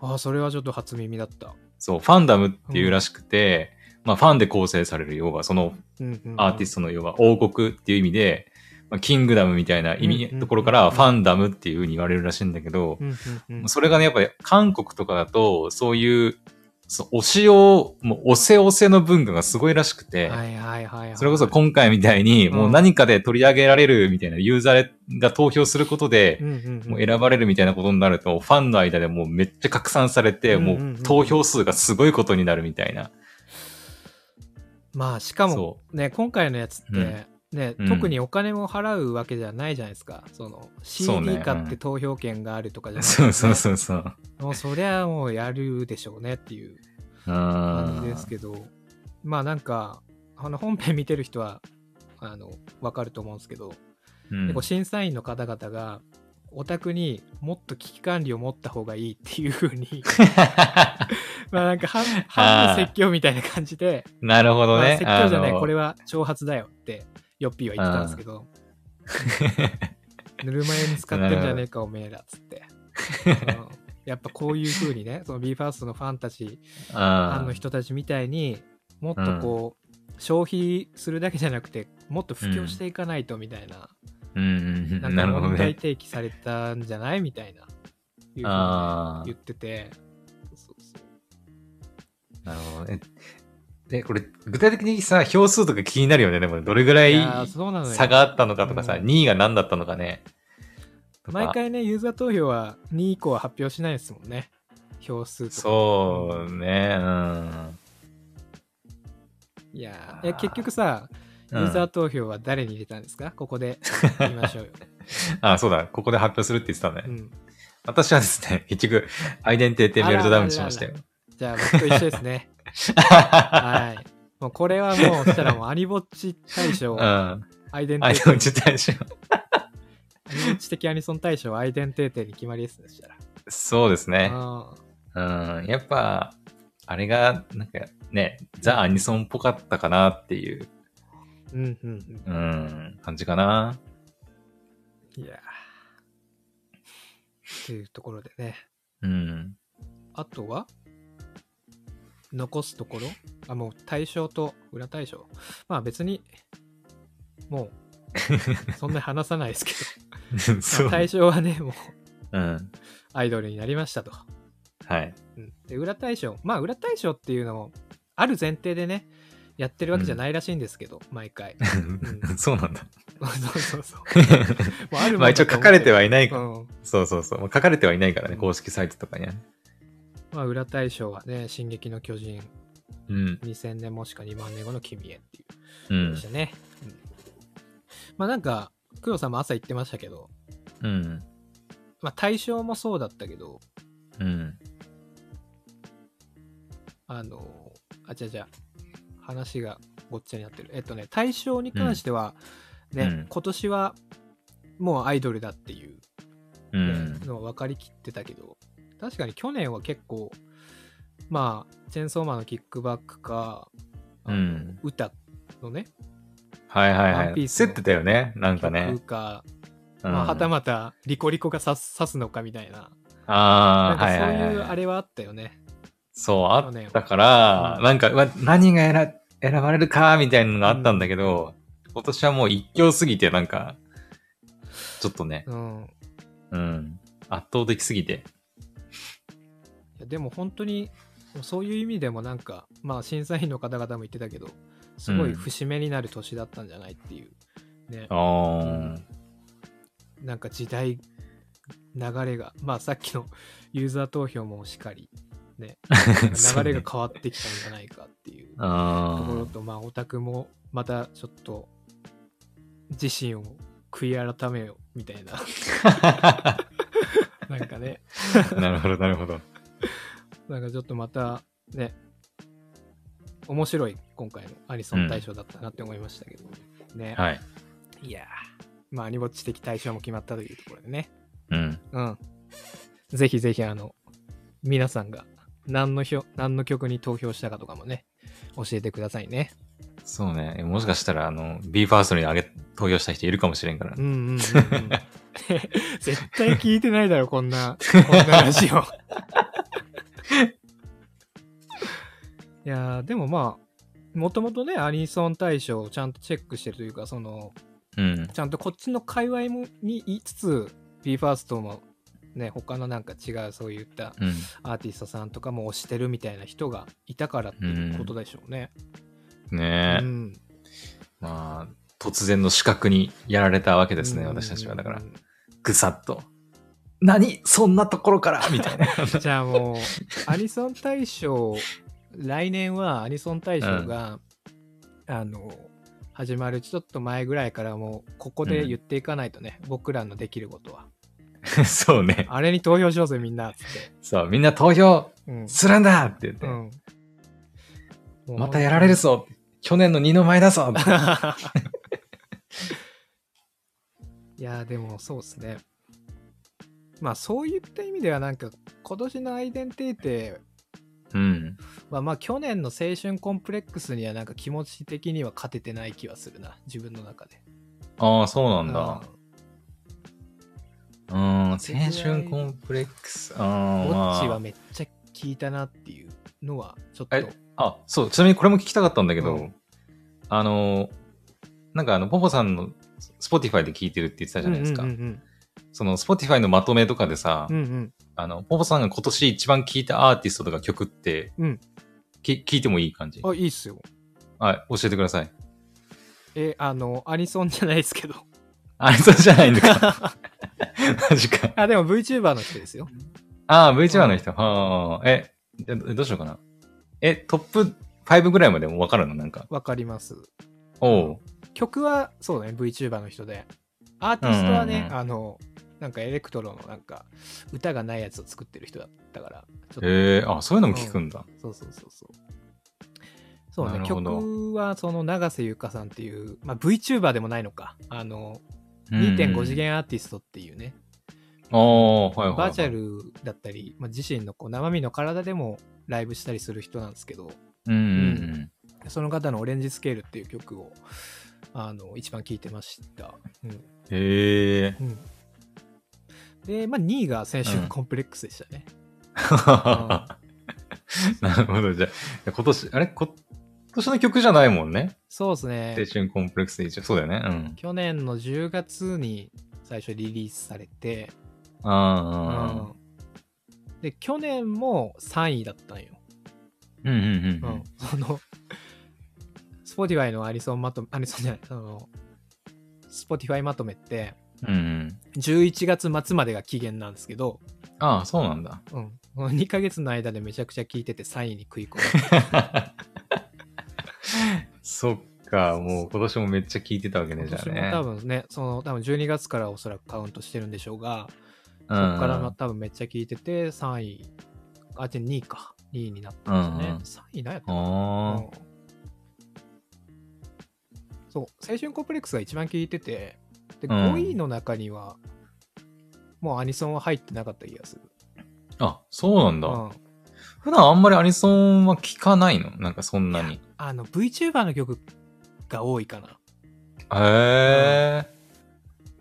ああ、それはちょっと初耳だった。
そう、ファンダムっていうらしくて、まあ、ファンで構成される、要はその
うんうんうん
アーティストの要は王国っていう意味で、まあ、キングダムみたいな
う
意
んうんうん
味ところからファンダムっていうふうに言われるらしいんだけど
う、んうんうん
それがね、やっぱり韓国とかだと、そういう、そう推しを、もう押せ押せの文化がすごいらしくて、
はいはいはいはい。
それこそ今回みたいに、
うん
もう何かで取り上げられるみたいな、ユーザーが投票することで
う、んうんうん
もう選ばれるみたいなことになると、ファンの間でもうめっちゃ拡散されて、
うんうん
も
うんうん
う投票数がすごいことになるみたいな。
まあしかも
そ
ね今回のやつって、ね
うん
特にお金も払うわけじゃないじゃないですかその
そ
CD
うね
買っ
う
て
ん
投票権があるとかじゃなくて、
そうそうそうそう。
もうそりゃもうやるでしょうねっていう
感
感じですけどまあなんかあの本編見てる人はあの分かると思うんですけど、
うん
結構審査員の方々がオタクにもっと危機管理を持った方がいいっていう風にまあなんか半半分説教みたいな感じで
[laughs] なるほど
まあ
ね。
説教じゃない、
あの
これは挑発だよって、ヨッピーは言ってたんですけど、ぬるま湯に使ってんじゃねえか、おめえらっつ
[laughs]
って。うんやっぱこういう風にね、その BE:FIRST のファンたち、ファンの人たちみたいにもっとこう、消費するだけじゃなくて、もっと布教していかないとみたいな、
うんうんうん
な
なんる
か
ほど
問題
ね。
提起されたんじゃないみたいな、いう風にね
あ
言ってて、そうそう
あ、なるほどね。え、これ、具体的にさ、票数とか気になるよね。でも、どれぐらい
やーそうなのよ
差があったのかとかさ、
うん
2位が何だったのかね。とか
毎回ね、ユーザー投票は2以降は発表しないですもんね。票数とか。
そうね、うん。
いやーえ、結局さ、ユーザー投票は誰に入れたんですか、ここで言いまし
[laughs]
ょうよ。
あ、そうだ、ここで発表するって言ってたね。
うん、
私はですね、 [laughs] 結局、アイデンティティメルトダウンしましたよ。
じゃあ、僕と一緒ですね。はい。もうこれはもう、そしたらもうアニボッチ大
う
賞、
ん。
ア
ア
イデンテ
イ
ー
デ
テ
ンティティし
アニボッチ的アニソン大賞、アイデンテーテに決まりですね、そしたら。
そうですね。
あ
うん、やっぱ、あれが、なんかね、ザ・アニソンっぽかったかなっていう、
ーうんうんうん。
うん、感じかな。
いやーというところでね。
うん。 [laughs]
あとは残すところあ、もう対象と裏対象。まあ別に、
[laughs]
もう、そんなに話さないですけ
そ
ど、
う。
対象はね、もう
うん。
アイドルになりましたと。
はい。
うんで、裏対象、まあ裏対象っていうのも、ある前提でね、やってるわけじゃないらしいんですけど、毎
[laughs]
回。う
そうな
[laughs]
んだ。
そうそう
[laughs]
そう。もうある
まあ一応書かれて
は
はいないか、
うん、
そうそうそう。まあ書かれてはいないからね、
うん
公式サイトとかにはね。
まあ裏対象はね、進撃の巨人、
うん。
2000年もしくは2万年後の君へっていう。
う
で
ん
し。たね。うんまあなんか、黒さんも朝言ってましたけど、
うん。
まあ対象もそうだったけど、
うん。
あの、あちゃちゃ、話がごっちゃになってる。えっとね、対象に関しては、ね、
うん
今年はもうアイドルだっていう、
う
ね
ん。
のは分かりきってたけど、確かに去年は結構、まあ、チェンソーマンのキックバックか、あの
うん
歌のね、
はいはい
ワン
は
ピー
い。
スの
競ってたよね、なんかね
曲。か、
うん
まあ、はたまたリコリコが刺す刺すのかみたいな。な
あ
ん
あ、
か
はい
そう
はい
いう
はい
あ。れはあったよね。
そう、あったか
う
ら、
ん
なんか、うわ何が選選ばれるか、みたいなのがあったんだけど、今年はもう一強すぎて、なんか、ちょっとね、
うん。
うん、圧倒的すぎて。
いやでも本当にそういう意味でもなんか、まあ審査員の方々も言ってたけど、すごい節目になる年だったんじゃないっていう、ね
あ、
ん
ー
なんか時代、流れが、まあさっきの [laughs] ユーザー投票もしっかり、ね、
[laughs] そう
流
ね
れが変わってきたんじゃないかっていうと
あ [laughs]
ころと、まあオタクもまたちょっと自身を悔い改めようみた
[laughs]
いな、 [laughs]
ー
なんかね、
なるほど、なるほど。
なんかちょっとまたね、面白い今回のアニソン大賞だったなって思いましたけど、ね、
はい。
い、やー、まあアニボッチ的大賞も決まったというところでね、
うん。
うん。ぜひぜひ、あの、皆さんが何の票何の曲に投票したかとかもね、教えてくださいね。
そうね。えもしかしたら、あの、b ファーストにあげ、投票した人いるかもしれんから
うん。うんうん、うん。 [laughs] 絶対聞いてないだろ、こんな、こんなラジオ。いやー、でもまあ、もともとねアニソン大賞をちゃんとチェックしてるというかその
うん。
ちゃんとこっちの界隈もに言いつつ BE:FIRST もね他のなんか違うそういった
うん。
アーティストさんとかも推してるみたいな人がいたからっていうことでしょうね。
ねえ、
うん
まあ、突然の資格にやられたわけですね、私たちは。だから、。ぐさっと。何そんなところ [laughs] からみたいな。
じゃあもう、アニソン大賞、来年はアニソン大賞が、あの、始まるちょっと前ぐらいからもう、ここで言っていかないとね、僕らのできることは。
そうね。
あれに投票しようぜ、みんな、つって。
そう、みんな投票
うん。
するんだって言って、
うん
またやられる。ぞ去年の二の前だぞ
いやー、でもそうですね。まあそういった意味ではなんか今年のアイデンティティ
うん。
まあまあ去年の青春コンプレックスにはなんか気持ち的には勝ててない気はするな自分の中で
ああ、そうなん
あ
だ。うん、青春コンプレックス。あ
ー
ー
ぼっちは
ま
めっちゃ聞いたなっていうのはちょっと
あ、え、あ、そう、ちなみにこれも聞きたかったんだけど、
うん
あのー、なんかあの、ポポさんの Spotify で聞いてるって言ってたじゃないですか。
うんうん
その Spotify のまとめとかでさ、
うんうん
あの、ポポさんが今年一番聞いたアーティストとか曲って、
うん
き聞いてもいい感じ
うんあいいっすよ
はい、教えてください。
えあのアニソンじゃないですけど [laughs]
あれそうじゃないんだか。マジか。
あでも VTuber の人ですよ
ああ、VTuber の人。はあ、え、えどうしようかな。え、トップ5ぐらいまでもわかるのなんか。
わかります
おう。
曲はそうだね VTuber の人でアーティストはね、
うんうんうん
あのなんかエレクトロのなんか歌がないやつを作ってる人だったからちょっと
へえあ、そういうのも聞くんだ。
そうそうそうそう。そう
な
ね、
るほど
曲はその永瀬優香さんっていう、まあ、VTuber でもないのか、あの、
うん
2.5次。元アーティストっていうね、
ああ、はいはいはい。
バーチャ。ルだったり、まあ、自身のこう生身の体でもライブしたりする人なんですけど、
うんうん
その方の「オレンジスケール」っていう曲をあの一番聴いてました。うん
うん。へえ
うんで、まあ、2位が先週
う
の
ん
コンプレックスでしたね。
な [laughs] るほど。じゃあ、今年、あれこ今年の曲じゃないもんね。
そうですね。
青春コンプレックスで一応。そうだよね。うん。
去年の10月に最初リリースされて、
ああ。
うんで去年も3位だったんよ、
うん
う
うんうん
ん。そのスポティファイのアニソンまとめアニソンじゃないそのスポティファイまとめって
うんうん。
11月末までが期限なんですけど、
ああ、そうなんだ。
[laughs] うん、この2ヶ月の間でめちゃくちゃ聞いてて3位に食い込む
そっか、もう今年もめっちゃ聞いてたわけね、
今
じゃあ
年も
ね。
多分ねその多分12月からおそらくカウントしてるんでしょうが、そ
うん
こからま多分めっちゃ聞いてて3位あじゃあ2位か2位になったんですよね、3位なんやったかな
あー
そう青春コンプレックスが一番聞いててで
うん
5位の中には、もうアニソンは入ってなかった気がする、
あ、そうなん
う
だ。
ん、
普段あんまりアニソンは聞かないのなんかそんなに。
あの VTuber の曲が多いかな
へえ。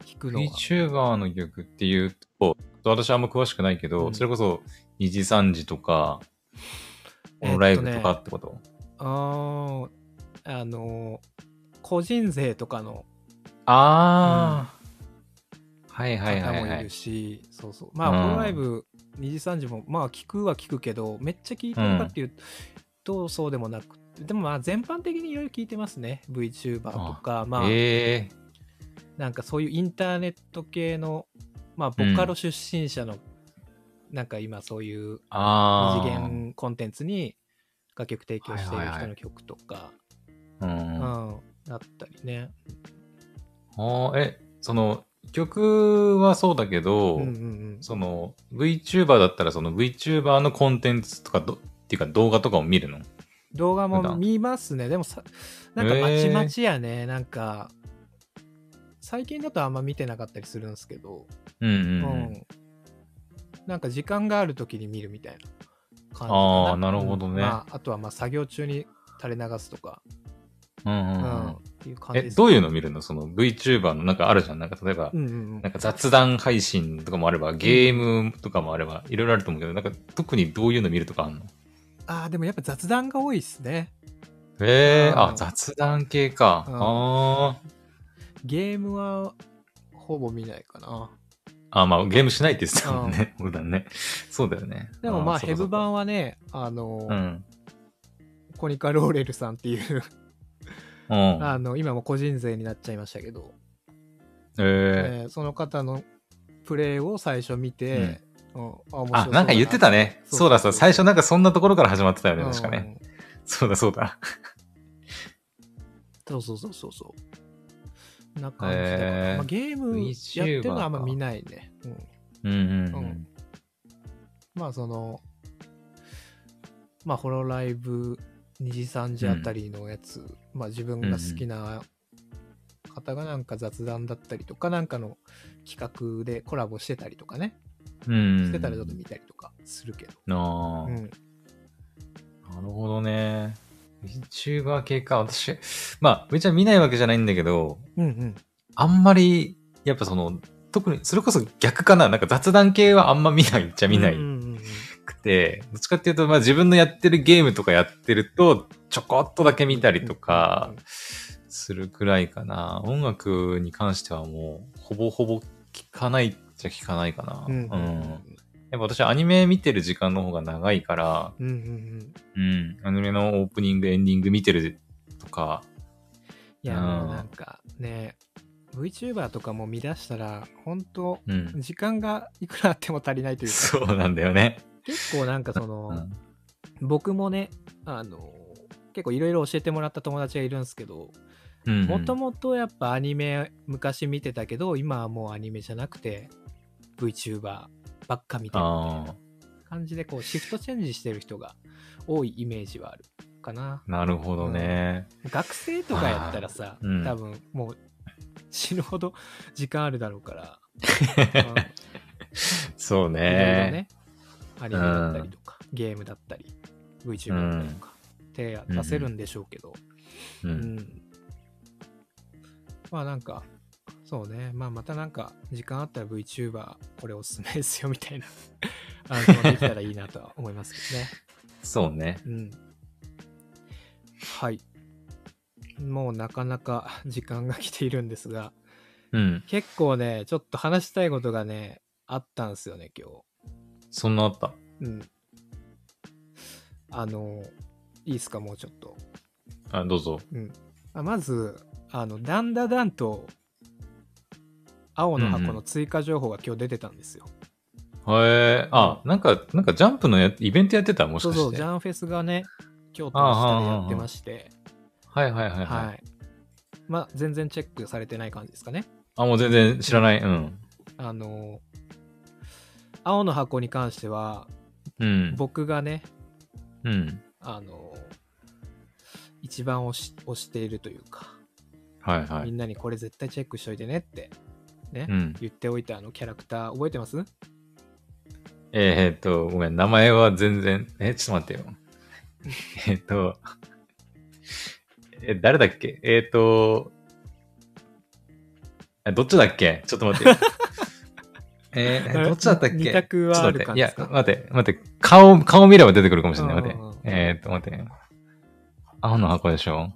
聞くのは
VTuber の曲っていうと、私あんま詳しくないけど、
うん
それこそ2時3時とか、
えっとね
ライブとかってこと、
あーあの個人税とかの
ああ、はいはい
方
はい
も
はい
る
い。
し、そうそうまあ
うん
ホロライブ2時3時もまあ聞くは聞くけどめっちゃ聞いてるかっていうと、そうでもなくてでもまあ全般的にいろいろ聞いてますね VTuber とかまあ、
ええ
なんかそういうインターネット系の、まあ、ボカロ出身者の、なんか今そういう
あ
二
あ。
次元コンテンツに楽曲提供してい
はい
る
は
人
いはい
の曲とか、
うん。
うん、だったりね。
ああ、え、その、曲はそうだけど、
うんうんうん、
その、VTuber だったら、その VTuber のコンテンツとかど、っていうか動画とかを見るの
動画
普
も
段
見ますね。でもさ、なんか
へ
ま
ー
ちまちやね、なんか、最近だとあんま見てなかったりするんですけど、
うん
う
うん
ん、
うん。
なんか時間がある時に見るみたいな感じかな。
あーなるほど
う
ね
んまあ、あとはまあ作業中に垂れ流すとか、
うんう
うんん
う
っ
ん
ていう感じ
え、
です
どういうの見るのその VTuber のなんかあるじゃんなんか例えば、
うんうんう
なん
ん、
か雑談配信とかもあれば、ゲームとかもあれば、いろいろあると思うけど、なんか特にどういうの見るとかあんの
ああでもやっぱ雑談が多いっすね
ええ
う
あ、
ん
雑談系か。
うん
あ
ゲームはほぼ見ないかな。
あ。あ、まあ、ゲームしないって言ってたもんね。 [laughs] 普段ね。そうだよね。
でもまあ、ヘブ版
は。
はね、あの、
うん。
コニカ・ローレルさんっていう、
うん。
あの、今も個人勢になっちゃいましたけど、
ええ
えーその方のプレイを最初見て、うんあ面白
あ、
そうだ
なんか言ってたね。
そう
そうだそうだ。最初なんかそんなところから始まってたよ
う
ね。
ん
確かね。そうだそうだ。
そうそうそうそうそう。な感じだから、
へー
まあ、ゲームやってるのはあんま見ないね。うん
うんうんう
うんん。まあその、まあホロライブ2時3時あたりのやつ、まあ自分が好きな方がなんか雑談だったりとか、なんかの企画でコラボしてたりとかね、
うん。
してたらちょっと見たりとかするけど。
な
う
あ。
ん。
なるほどね。VTuber 系か。私、まあ、めちゃ見ないわけじゃないんだけど、
うんうん。
あんまり、やっぱその、特に、それこそ逆かな。なんか雑談系はあんま見ないっちゃ見ない
うんうんうん
くて、どっちかっていうと、まあ自分のやってるゲームとかやってると、ちょこっとだけ見たりと
うん
か
うんうん、
するくらいかな。音楽に関してはもう、ほぼほぼ聞かないっちゃ聞かないかな。
うんうん
やっぱ私アニメ見てる時間の方が長いから、
うんうん。
うん、アニメのオープニング、エンディング見てるとか、
いや、
うん
もうなんかね、VTuber とかも見出したら、本当
うん。
時間がいくらあっても足りないというか、
そうなんだよね。
結構なんかその、
うん
僕もね、あの、結構いろいろ教えてもらった友達がいるんですけど、
うん
もともとやっぱアニメ昔見てたけど、今はもうアニメじゃなくて VTuber ばっか見てるみたい
あ
な感じでこうシフトチェンジしてる人が多いイメージはあるかな。
あ、なるほどね。
学生とかやったらさ、
あーうん
多分もう死ぬほど時間あるだろう
[laughs]
から、うんいろいろね、
そうね。
アニメだったりとか、ゲームだったり、VTuber だったりとか、手出せるんでしょうけど、
う
うんん。まあなんか、そうね。まあまたなんか、時間あったら VTuber これおすすめですよみたいな
[laughs]
あのできたらいいなとは思いますけ
そうね。
どね。うん。はい。もうなかなか時間が来ているんですが、
うん。
結構ね、ちょっと話したいことがね、あったんですよね、今
そんなあった。
日。うん。あの、いいっすか、もうちょっと。
あ、どうぞ。
うん、あまずあのダンダダンと青の箱の追加情報が今日出てたんですよ。
へえ、あ、なんか、なんかジャンプのやイベントやってたもし
そ
か
う
して。
そうジャンフェスがね京都の下でやってまして、
はいはいはい、はい、
はい、まあ全然チェックされてない感じですかね。
あ、もう全然知らない。うん。
あの青の箱に関しては
うん。
僕がね
うん。
あの一番推し推しているというか、
はいは
み
い。
んなにこれ絶対チェックしといてねってね、
うん。
言っておいたあのキャラクター覚えてます
えー、っと、ごめん、名前は全然、え、ちょっと待ってよ。 [laughs] えーっと、え、誰だっけえー、っと、えどっちだっけちょっと
[laughs]
待ってよ。えーどっちだったっけ
二択はある感じ
ち
で
ょっ
す
と
か
待っていや、待って、待って、顔、顔見れば出てくるかもしれない。待っ
うんうんうん
て。えー、っと、待って。青の箱でしょ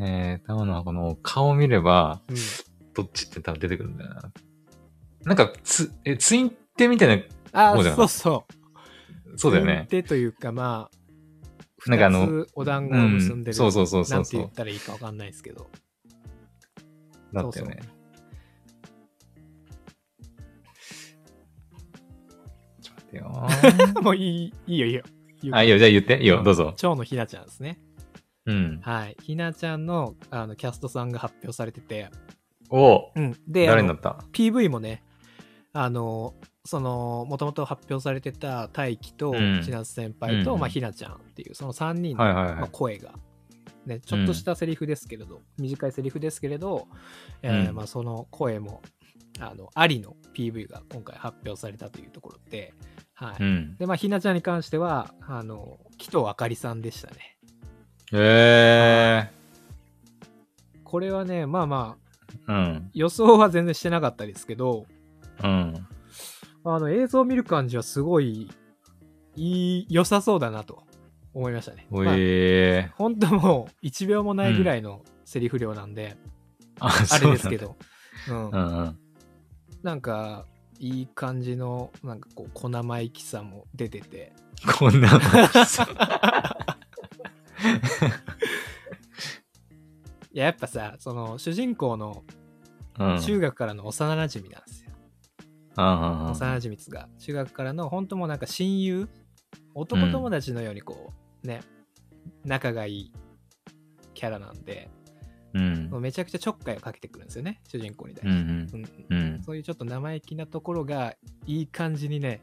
えー、っと、青の箱の顔見れば、
うん
どっちって多分出てくるんだよな。なんか、つ、え、ツインテみたい
あ
そう
あ
じゃない
そうそう。
な、そうだよね。
手というかまあ、
なんかあの
二つお団子を結んでる。
そうそうそうそ
な
うん
て
そ
言っ
う。
たらいいかわかんないですけど。
だったよね。ちょっと待って
[laughs]
よ
もういい、いいよいいよ。言う
ー。あ、いいよ、じゃあ言って。いいよ、どうぞ。
蝶のひなちゃんですね。
うん。
はい。ひなちゃんのあのキャストさんが発表されてて。
お
うん、で、
誰に
あの
なった
PV もね、あの、その、もともと発表されてた大輝と
うん
千夏先輩と、
うん
まあ、ひなちゃんっていう、その3人の
はいはい
ま
は
あ、
い。
声が、ね、ちょっとしたセリフですけれど、短いセリフですけれど、えー
うん
まあ、その声もあのありの PV が今回発表されたというところで、はい
うん。
でまあ、ひなちゃんに関してはあの紀藤あかりさんでしたね
へえ。
これはねまあまあ
うん。
予想は全然してなかったですけど
うん。
あの映像を見る感じはすごいいい良さそうだなと思いましたね。
お
まあ
え
本当もう1秒もないぐらいのセリフ量なんで、
ー。あ、そ
あ
うな
れ
ん
です
だ
け。ど、うん
うんうん。
なんかいい感じのなんかこう小生意気さも出てて
こんな
[laughs]
の。
いややっぱさその主人公の
うん。
中学からの幼馴染なんですよ、
あ
幼
あ
馴染っつうか中学からの本当もうなんか親友男友達のようにこうね、仲がいいキャラなんで
うん。
もうめちゃくちゃちょっかいをかけてくるんですよね主人公に対
う
して、う
ん
ん
うん。うん。
そういうちょっと生意気なところがいい感じにね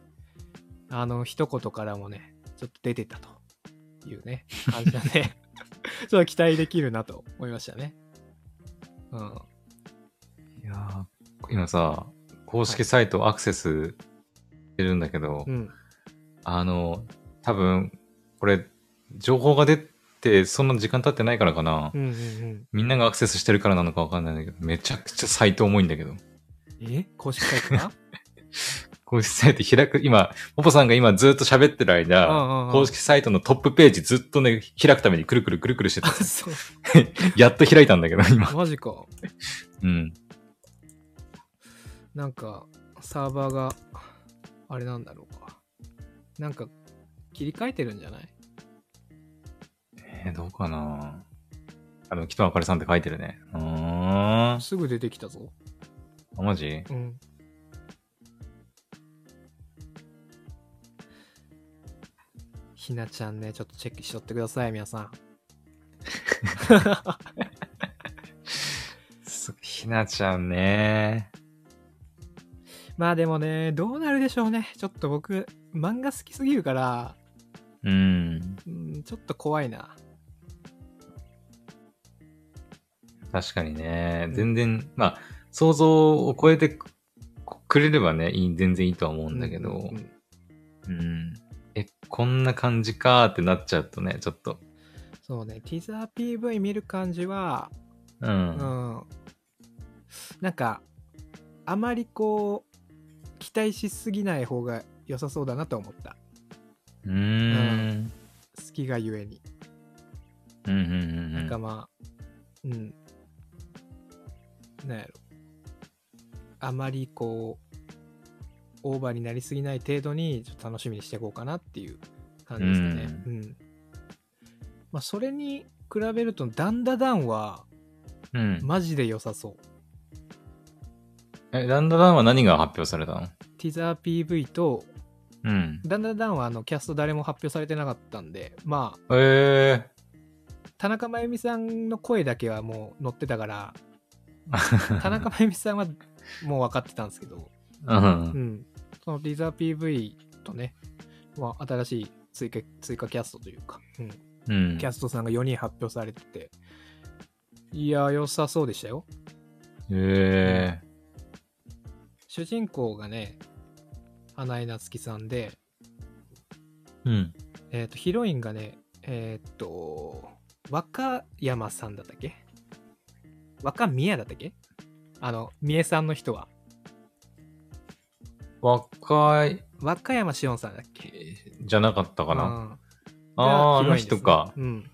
あの一言からもねちょっと出てたというね感じなんで
[laughs]
ちょっと期待できるなと思いましたねうん
いやー今さ、公式サイトアクセスしてるんだけど、
うん
あの、多分、これ、情報が出て、そんな時間経ってないからかな。
うんうんうん
みんながアクセスしてるからなのかわかんないんだけど、めちゃくちゃサイト重いんだけど。
え公式サイトか
公式サイト開く、今、ポポさんが今ずっと喋ってる間、公
公
式サイトのトップページずっとね、開くためにくるくるくるくるしてた
あ。そう
やっと開いたんだけど、 [laughs] 今。
マジか
うん。
なんかサーバーがあれなんだろうかなんか切り替えてるんじゃない
えーどうかなあの、北あかりさんって書いてるね。うーん。あ、
すぐ出てきたぞ
マジ
うんひなちゃんね、ちょっとチェックしとってください、皆さん。
すひなちゃんね。
まあでもね、どうなるでしょうね。ちょっと僕、漫画好きすぎるから、
うん。
うん、ちょっと怖いな。
確かにね
う。ん
全然、まあ、想像を超えてくくれればね、いい、全然いいとは思うんだけど。
うんうん
うん。え、こんな感じかーってなっちゃうとね、ちょっと。
そうね、ティザー PV 見る感じは、
う。
うんん、なんか、あまりこう、期待しすぎない方が良さそうだなと思った。
うーん。
好きがゆえに。
うん。うんうん
なん
う
か
ん。
まあ、うん。なんやろ。あまりこう、オーバーになりすぎない程度に、ちょっと楽しみにしていこうかなっていう感じですかね。うん。まあ、それに比べると、ダンダダンは、
うん。
マジで良さそう。
え、ランダダンは何が発表されたの
ティザー PV と、
うん。
ダンダダンはあのキャスト誰も発表されてなかったんで、まあ、
え
田中真由美さんの声だけはもう乗ってたから、
ー。
田中真由美さんはもう分かってたんですけど、
[laughs] う。
うんん、そのリザー PV とね、まあ、新しい追加追加キャストというか、うん
うん。
キャストさんが4人発表されてて、いやー、良さそうでしたよ。
え
主人公がね、花江夏樹さんで、
ー。うん。
えっ、と、ヒロインがね、えっ、と、若山さんだったっけ若宮だったっけあの、三重さんの人は。
若い、
若山紫音さんだっけ
じゃなかったかな。
うん
ああー、あ
が
の
広いんですね
人か。。
うん。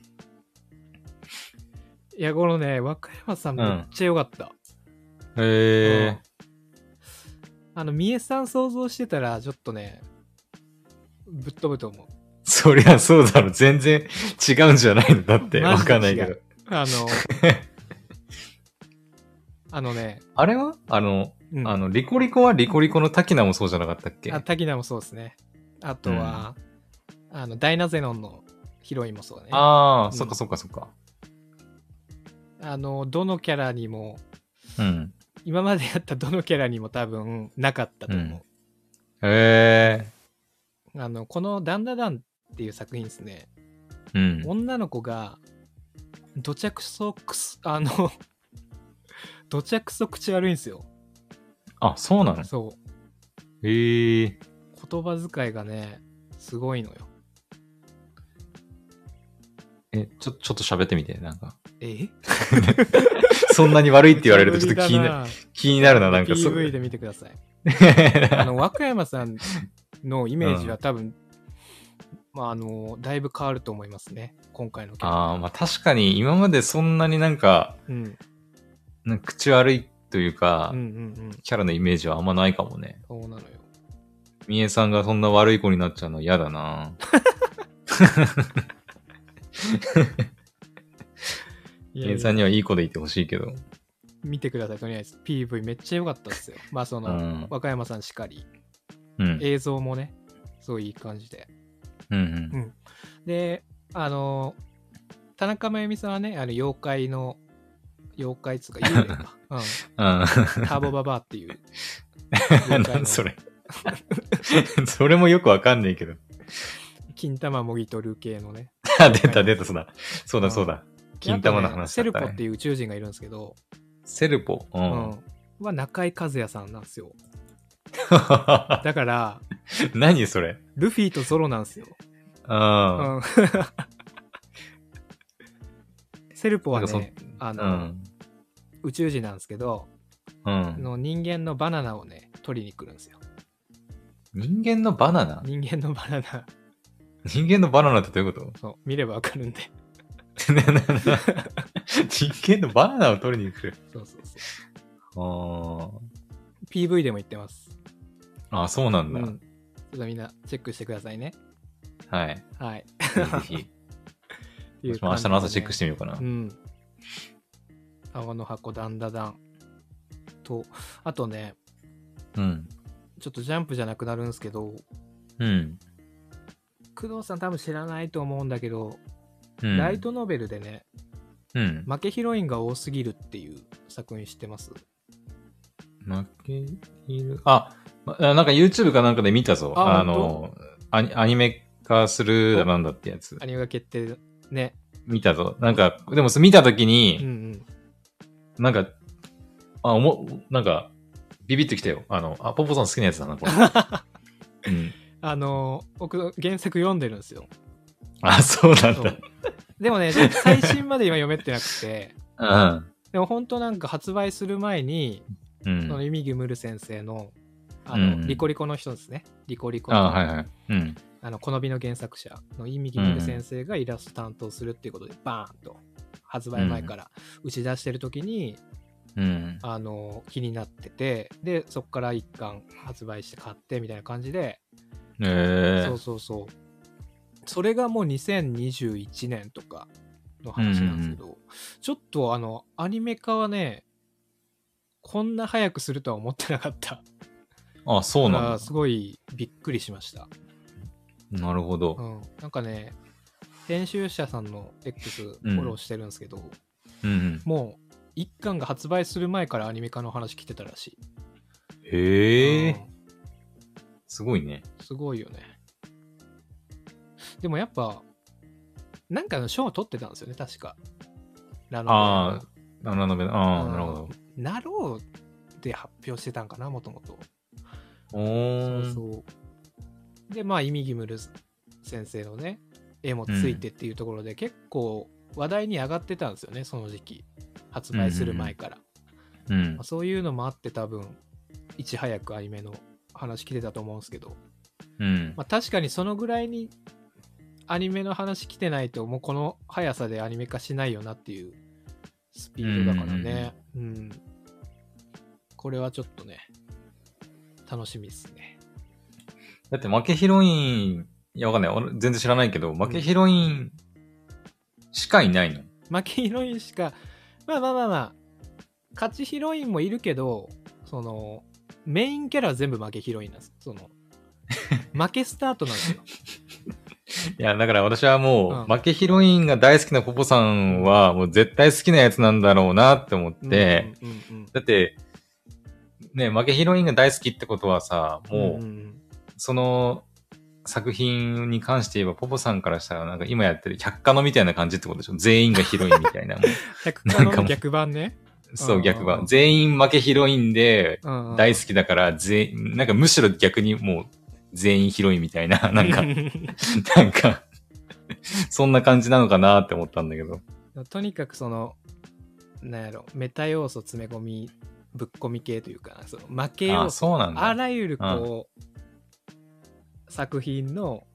いや、このね、和歌山さんめっちゃ良かった。
へえ。
あの、三重さん想像してたら、ちょっとね、ぶっ飛ぶと思う。
そりゃそうだろ。全然違うんじゃないのだって。
マ
わ
ジで違う
かんないけど。
あ
[laughs]
の、あのね、
あれはあの、
うん、
あの、リコリコはリコリコの滝名もそうじゃなかったっけ
あ滝名もそうですね。あとは、あの、ダイナゼノンのヒロインもそうだね。あ
ああ、
ん
そっかそっかそっか。
の、どのキャラにも、
うん。
今までやったどのキャラにも多分なかったと思う。
うんへえ。
あの、このダンダダンっていう作品ですね。
うん。
女の子が、どちゃくそくす、あの、 [laughs] どちゃくそ口悪いんですよ。
あ、そうなの
そ
へえ。
う。言葉遣いがね、すごいのよ。
え、ちょ、ちょっと喋ってみて、なんか。
え
そんなに悪いって言われるとちょっと気にな、
な
気になるな、なんかそう。
PV で見てくだ
[laughs]
さい。あの、和歌山さんのイメージは多分、まああのだいぶ変わると思いますね今回の件
ああ、まあ確かに今までそんなになんか、
うん、
なんか口悪いというか、
うんうんうん
キャラのイメージはあんまないかもね。
そうなのよ
みえさんがそんな悪い子になっちゃうの嫌だな。
い
み
や
え
い
さ
や
んにはいい子でいてほしいけど。
見てくださいとりあえず PV めっちゃ良かったですよまあそうの、
ん。
和歌山さんしかり
うん。
映像もねすごいいい感じで
うん
うんであの田中真由美さんはねあの妖怪の妖怪っつうか幽霊
[laughs]
か、うん、
うん。
[laughs] ターボババアって
[laughs]
いう
うん。
妖怪
[laughs] 何
の
それ。 [laughs] それもよくわかんないけど。
金玉もぎ取る系のね
あ、出た出た、そうだ。そうだそうだ。金玉の
あとね
話
セ
だ
ル
った、
ポ
ね
っていう宇宙人がいるんですけど、
セルポ。う。
うんん、は中井和也さんなんですよだから
[laughs] 何それ。
ルフィとゾロなんですよ、う
あ
ん、 [laughs] セルポは
なんか
ねあ
あ。
の、
うん。
宇宙人なんですけど
うん。
の人間のバナナをね取りに来るんですよ
人間のバナナ
人間のバナナ
人間のバナナってどういうこと
そう見ればわかるんで [laughs]
人間のバナナを取りに来る。
そうそうそう
あ
PV でも言ってます、
あ、あそうな
うん
だ。
ん、ちょっとみんなチェックしてくださいね
はい。
はい
ぜひぜひ。私も明日の朝チェックしてみようかな
う。ん。泡の箱ダンダダン。と、あとね、
うん。
ちょっとジャンプじゃなくなるんですけど、
うん。
工藤さん多分知らないと思うんだけど、
うん。
ライトノベルでね、
うん。
負けヒロインが多すぎるっていう作品知ってます
負ける。あ、まあなんか YouTube かなんかで見たぞ。
あ
あの、アニアニメ化するだなんだってやつ
ア。ニメが決定ね。
見たぞ。なんか、でもそれ見たとき
うんう
に、
ん。
なんか、あ、おも、なんか、ビビってきたよ。あの、あ、ポポさん好きなやつだな、これ。うん。
あのー僕原作読んでるんですよ。
あ、そうなん
そうでもね、最新まで今読めてなくて、
だ。
でも本当なんか発売する前に、
うん。う
そ
ん
の。イミギムル先生の、あの、
うん
リコリコの人ですね。リコリコの
あはいはい。うん。
あの、このびの原作者のイミギムル先生がイラスト担当するっていうことで、バーンと発売前から打ち出してる時に、
うん。
あの、気になってて、で、そこから一巻発売して買ってみたいな感じで、
ええ
そうそうそう。それがもう2021年とかの話なんですけど、ちょっとあの、アニメ化はね、こんな早くするとは思ってなかった。
あ、そう
だか
なん
らすごいびっくりしました。
だ。なるほ
う
ど。
ん、なんかね編集者さんの X フ
うん
ォローしてるんですけど、
うん。
もう一巻が発売する前からアニメ化の話来てたらしい、
へ
う
え。
ん
すごいね。
すごいよねでもやっぱなんかの賞を取ってたんですよね確かラノベ
ああ、なるほど。あ
う
あ、
ん
なるほ
なろうで発表してたんかなもともと
ど。お
そ
ー。
うそうでまあイミギムル先生のね絵もついてっていうところで、結構話題に上がってたんですよねその時期発売する前から、
うん
まあ、。そういうのもあって多分いち早くアニメの話来てたと思うんですけど、
うん。
まあ、確かにそのぐらいにアニメの話来てないともうこの速さでアニメ化しないよなっていうスピードだからねうんこれはちょっとね楽しみですね
だって負けヒロイン、いや、わかんない。俺全然知らないけど、負けヒロインしかいないの。
負けヒロインしかまあまあまあまあ勝ちヒロインもいるけどそのメインキャラは全部負けヒロインなんですそ
[laughs]
の負けスタートなんですよ
いや、だから私はも
う
う、
ん
負けヒロインが大好きなポポさんは、もう絶対好きなやつなんだろうなって思って、
うんうんうんうん
だって、ね、負けヒロインが大好きってことはさ、も
ん
う、
ん
その作品に関して言えば、ポポさんからしたら、なんか今やってる百科のみたいな感じってことでしょ全員がヒロインみたいな。 [laughs] もう
逆
なんかもう
の逆版ね。
そう、逆
うんうんう
は。
ん
全員負けヒロインで、大
好
好きだから、ぜ、なんかむしろ逆にもう、全員ヒロインみたいな、 [laughs] なんか、なんか、そんな感じなのかなって思ったんだけど。
[laughs] とにかくその、なんやろ、メタ要素詰め込み、ぶっ込み系というか、その負け
あ
要素、
そうなん
あ
だ。
らゆるこう、作品の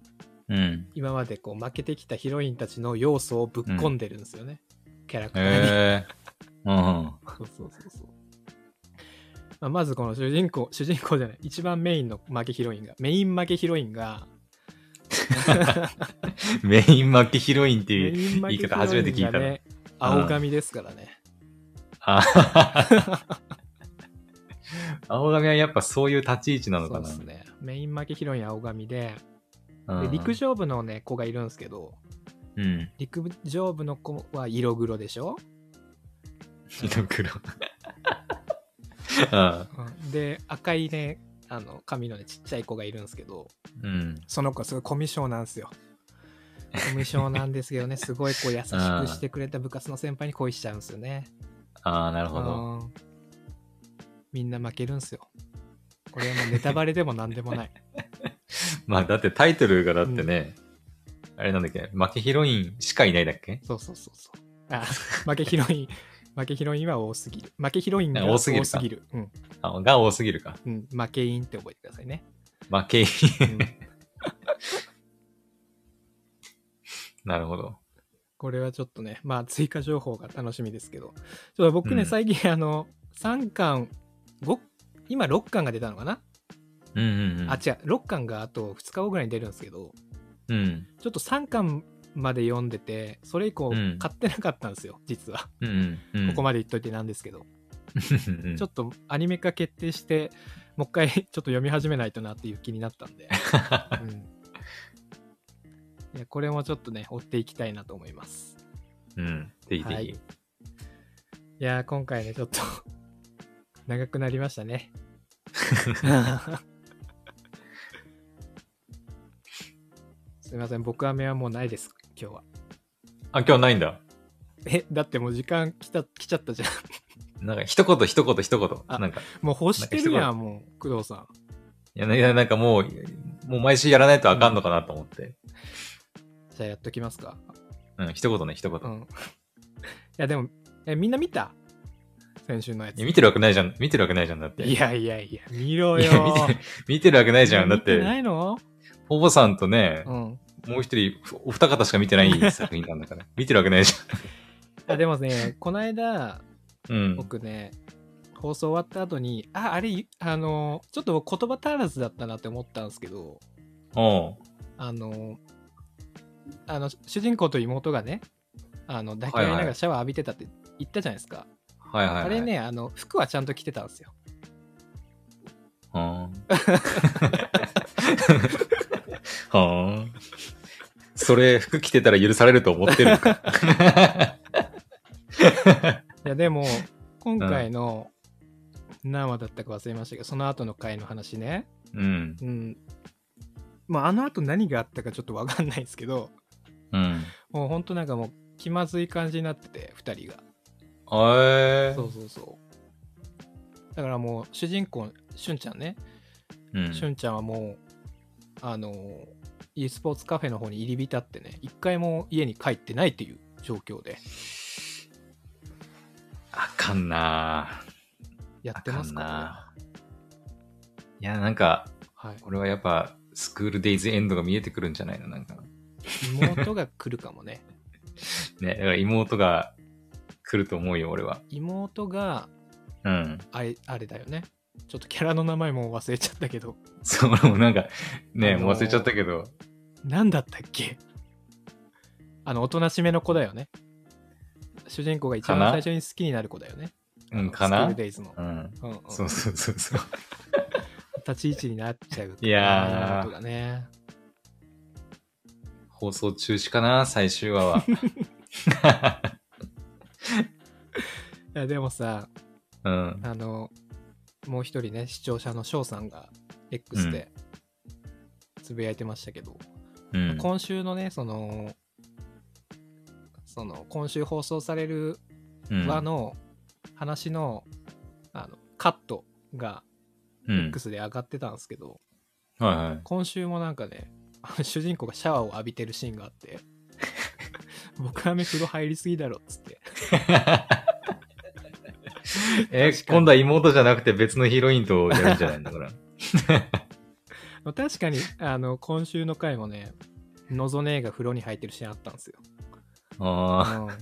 うん。
今までこう負けてきたヒロインたちの要素をぶっ込んでるんですよね、キャラクターに。
へえ。うん。 [laughs]
そうそうそうそう。まあ、まずこの主人公、主人公じゃない、一番メインの負けヒロインが、メイン負けヒロインが、
メイン負けヒロインって
メ
いう。
イン負け
言い方初めて聞いたな
ヒロインがね、青髪ですからね。
あ青髪はやっぱそういう立ち位置なのかな。
そうですね。メイン負けヒロイン青髪で、
う
で
ん
陸上部のね、子がいるんですけど、
うん。
陸上部の子は色黒でしょ、
色
[laughs]
黒。あ
うんで、赤いね、あの髪のね、ちっちゃい子がいるんですけど、
うん。
その子はすごいコミュ障なんですよ。コミュ障なんですけ
[laughs]
どね、すごいこう優しくしてくれた部活の先輩に恋しちゃうんですよね。
ああ、なるほど。
うんみんな負けるんすよ。これはもうネタバレでも何でも
[laughs]
ない。
まあ、だってタイトルがだってね、あれなんだっけ、負けヒロインしかいないだっけ
そうそうそうそう。あ、負けヒロイン、 [laughs] 負けヒロインは多すぎる。負けヒロインが多
多
す
す
ぎ
ぎ
る。
るかあが多すぎるか。
うん、うん。負けインって覚えてください
[laughs]
ね。
負け、
うん
なるほど。
これはちょっとね、まあ追加情報が楽しみですけど。ちょっと僕ね、
うん
最近あの、3巻、5今6巻が出たのかな、
うんうんうん。
あ、違う、6巻があと2日後ぐらいに出るんですけど、
うん。
ちょっと3巻まで読んでて、それ以降
うん
買ってなかったんですよ、実は。
うんうん。
ここまで言っといてなんですけど、
で
ちょっとアニメ化決定して、もう一回 [laughs] ちょっと読み始めないとなっていう気になった
[laughs]
んで、うんいやこれもちょっとね、追っていきたいなと思います。
うん。ぜひぜひ。
はいいやー、今回ね、ちょっと [laughs] 長くなりましたね。
[laughs]
[laughs] すいません、僕は目はもうないです、今日は。
あ、今日ないんだ。
え、だってもう時間来た来ちゃったじゃん。 [laughs]
なんか、一言一言一
あ
言。なんか、
もう欲してるやん、もう、工藤さん。
いや、いやなんかもう、もう毎週やらないとあかんのかなと思って。
じゃあやっときますか。
うん、一言ね、一言。
うん。いや、でも、え、みんな見た先週のやつ。
いや見てるわけないじゃん。見てるわけないじゃん。だって。
いやいやいや、見ろ
い
よ
や見てる見てるわけないじゃん。だっ
見な
て、
いの
ほぼさんとね、
うん。
もう一人、おお二方しか見てない作品なんだから。見てるわけないじ
あでも
[laughs]
ね、この間、 [laughs]
ゃん。うん。
僕ね、放送終わった後に、あ、あれ、あの、ちょっと僕言葉足らずだったなって思ったんですけど、
おう
あの、あの、主人公と妹がね、あの、抱き合いながらシャワー浴びてたって言ったじゃないですか。
はいはい、はい。
あれ。ね、あの、服はちゃんと着てたんですよ。
うん。はあ。それ、服着てたら許されると思ってるのか。
[laughs] いやで
[laughs]
も今回の何話だったか忘れましたけど、その後の回の話ね
うん。
うんまああの後何があったかちょっと分かんないですけど
うん。
もうほんとなんかもう気まずい感じになってて2人が
え
そうそうそうだからもう主人公しゅんちゃんね、
う
しゅ
ん。
んちゃんはもうあの e スポーツカフェの方に入り浸ってね一回も家に帰ってないっていう状況で
あかんな
や
あ
ってますか
かんなぁいや、なんか、
これは
これはやっぱ、スクールデイズエンドが見えてくるんじゃないのなんか。
はい、妹が来るかもね
ね、だから妹が来ると思うよ、俺は。
妹が
うん。 [laughs]
あれあれだよねちょっとキャラの名前も忘れちゃったけど
そう、俺もなんか、ね、
あのー
忘れちゃったけど、
何だったっけあのおとなしめの子だよね主人公が一番
かな
最初に好きになる子だよね
うん、か
スクー
な
ルデイズの、
うん。
うんうん
そうそうそうそう。
立ち位置になっちゃう
いやー
妹がね
放送中止かな、最終話は。
[laughs] いやでもさ
うん。
あのもう一人ね視聴者の翔さんが X でつぶやいてましたけど、
うん。
今週のねそのその今週放送される
うん
話の話のあのカットが
うん。
X で上がってたんですけど、
はいはい。
今週もなんかね [laughs] あの主人公がシャワーを浴びてるシーンがあって
[laughs]
僕は目風呂入りすぎだろっつって
[laughs] え、今度は妹じゃなくて別のヒロインと
[laughs]
やるんじゃないんだから。
確かにあの今週の回もねのぞねえが風呂に入ってるシーンあったんですよ。
あ
うん、い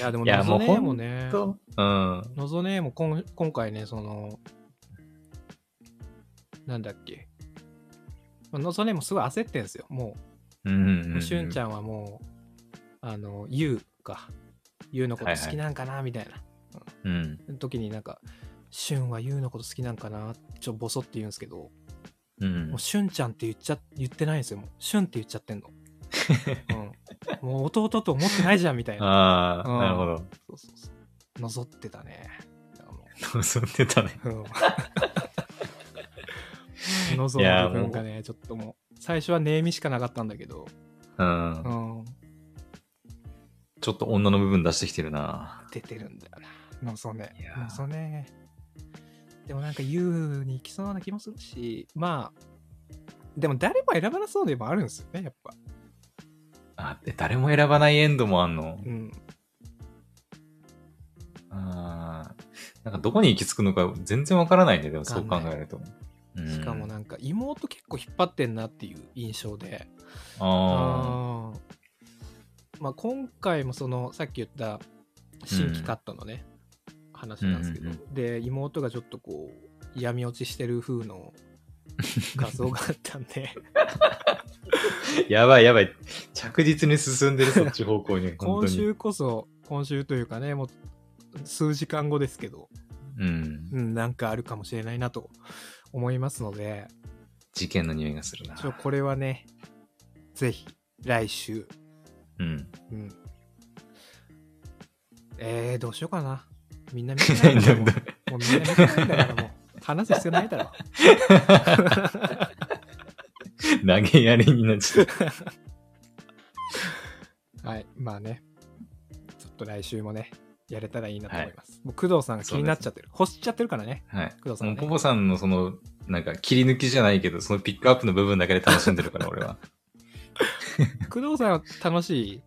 や、でも、
いや
のぞねえ
も
も
う
ね
あ。、と、うん。
のぞねえもこん今回ね、その、なんだっけ。のぞねえもすごい焦ってんすよ。も
うんうんう
う、
ん。
しゅんち
ゃ
ゃ
ん。
んはもう、あの、ゆうか、ゆうのこと好きなんかな、みたいな。
うん。
時になんか、しゅんはゆうのこと好きなんかな、ちょ、ボソって言うんですけど、
うん
もう、。しゅんちゃんって言っちゃ、言ってないんですよ。もう、しゅんって言っちゃって
[laughs]
んの。うん、もう弟と思ってないじゃんみたいな。う
ああ、
ん
なるほど。 [laughs]
そうそうそう。のぞってたね。だからもう
そう言ってたね。
[laughs] うんのぞ
いや
の部分がね、ちょっともう、最初はネーミしかなかったんだけど、
うん
う。ん、
ちょっと女の部分出してきてるな。
出てるんだよな。のぞね
いや。ー
のぞね。でもなんか、優に行きそうな気もするし、まあ、でも誰も選ばなそうでもあるんですよね、やっぱ。
あ、で誰も選ばないエンドもあんの。
うん。
ああ。なんかどこに行き着くのか全然わからないね、でもそう考
わかんない
えると。うん
しかもなんか、妹結構引っ張ってんなっていう印象で。
あ
あーまあ、今回もそのさっき言った新規カットのね、話なんですけど、
うんう
で妹がちょっとこう闇落ちしてる風
[laughs]
の画像があったんで
あ。やばいやばい。着実に進んでる、そっち方向に。本当
今
に。
週こそ今週というかねもう数時間後ですけど、
うん。
うん、なんかあるかもしれないなと思いますので
事件の匂いがするな。
ちょこれはねぜひ来週、
うん。
うん、えー、どうしようかなみんな見てないん
[laughs]
だもんもうみんな見てないんだからもう話す必要ないだろ。
投げやりになっちゃった。
はい、まあね、ちょっと来週もね、やれたらいいなと思います。もう工藤さんが気になっちゃってる。欲しちゃってるからね、
はい。
工藤さ
も
ん
う
が
ポ
ね、
ポさんのその、なんか切り抜きじゃないけど、そのピックアップの部分だけで楽しんでるから、
[laughs]
俺は。
工藤さんは楽しい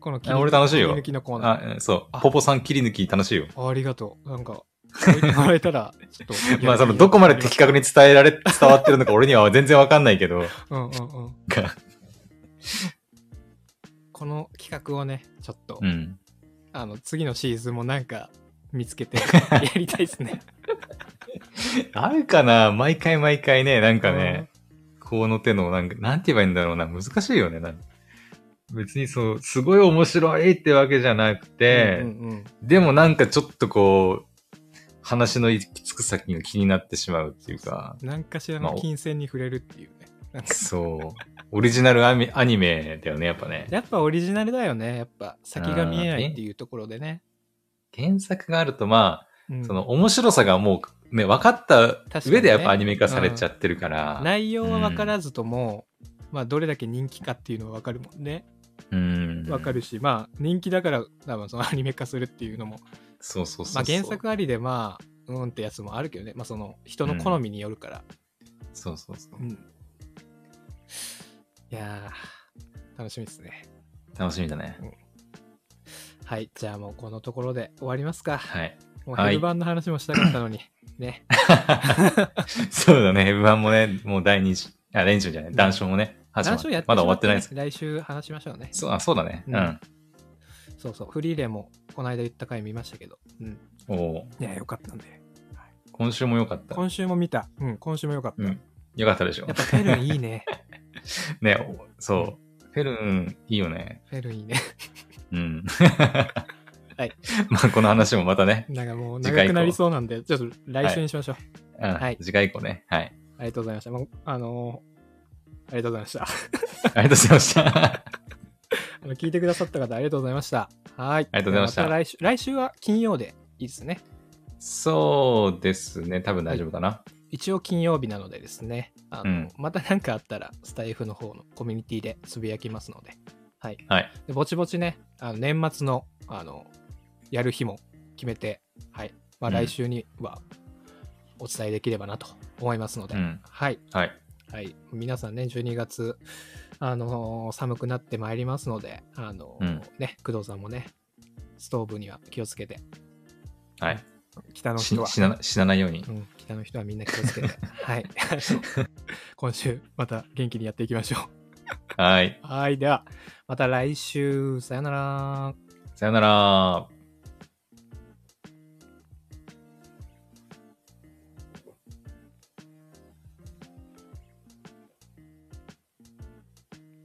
この切り
あ俺楽しいよ
切り抜きのコーナー。
あ、えそう
あ。
ポポさん切り抜き楽しいよ。。
あありがとう。なんか、そう言ってもらえたら、ちょっと
まあ、その、どこまで的確に伝えられ、伝わってるのか俺には全然わかんない
[laughs]
けど、
うんうんうん。
が
この企画をね、ちょっと、
うん。
あの、次のシーズンもなんか見つけ
[laughs]
てやりたいですね。
あるかな毎回毎回ね、なんかね、この手の、なんか、なんて言えばいいんだろうな、難しいよね、なんか別にそう、すごい面白いってわけじゃなくて、
うんうんうん
でもなんかちょっとこう、話の行き着く先が気になってしまうっていうか、
何かしら
まあ
の
お
金銭に触れるっていうね。なんか [laughs]
そう。オリジナルアニアニメだよね、やっぱね。
やっぱオリジナルだよね。やっぱ先が見えないっていうところでね。
原作があると、ま
うん
あ、その面白さがもう、ね、分かった
確かに
上
ね
でやっぱアニメ化されちゃってるから、
内容は分からずとも、まあどれだけ人気かっていうのは分かるもんね。
うん。
分かるし、まあ人気だから多分そのアニメ化するっていうのも、
そうそうそうそう。
まあ原作ありでまあ、うんってやつもあるけどね。まあその人の好みによるから。
そうそうそう
う。んいやー、楽しみですね。
楽しみだね。
はい、じゃあもうこのところで終わりますか。
はい。 [laughs]
もう
はい
ヘルバンの話もしたかったの
[laughs]
に、ね。
そうだね、ヘブ版もね、もう第2章、あ、第2章じゃない、談笑もね、始ま
話をやって
まだ終わってないで
し。
す
まったね来週話しましょうね。
そう、あ、そうだね。
う
うんん。
そうそう、フリーレンもこの間言った回見ましたけど、うん。
おー
いや、よかったんで。
今週も良かった。
今週も見た。うん、今週もよかった。
う
や
ん。良かったでしょ
っ。ぱフェルンいいね。 [laughs]
ね、おそう。フェルン、いいよね。
フェルンいいね。
うん。
はい。
[laughs] まあ、この話もまたね、
なんかもう
次
長
回以降
くなりそうなんで、ちょっと来週にしましょう。
うん
はい
次回以降ね。はい。
ありがとうございました。もうあのーありがとうございました。
ありがとうございました。
あの聞いてくださった方、ありがとうございました。はい。
ありがとうございました
た来週来週は金曜でいいですね。
そうですね。多分大丈夫かな。
一応金曜日なのでですね、あの
うん
また何かあったら、スタイフの方のコミュニティでつぶやきますので、はい。
はい。
でぼちぼちね、あの年末のあのやる日も決めて、はい。まあ、
うん
来週にはお伝えできればなと思いますので、
うん
はい。
はい。
はい。皆さんね、12月、あのー寒くなってまいりますので、あのー
うん
ね、工藤さんもね、ストーブには気をつけて、
はい。
北の
し
人は
死なな死なないように
う。ん、北の [laughs] 人はみんな気をつけて、はい。今週、また元気にやっていきましょう。
はい。
はい、では、また来週、さよなら。
さよなら。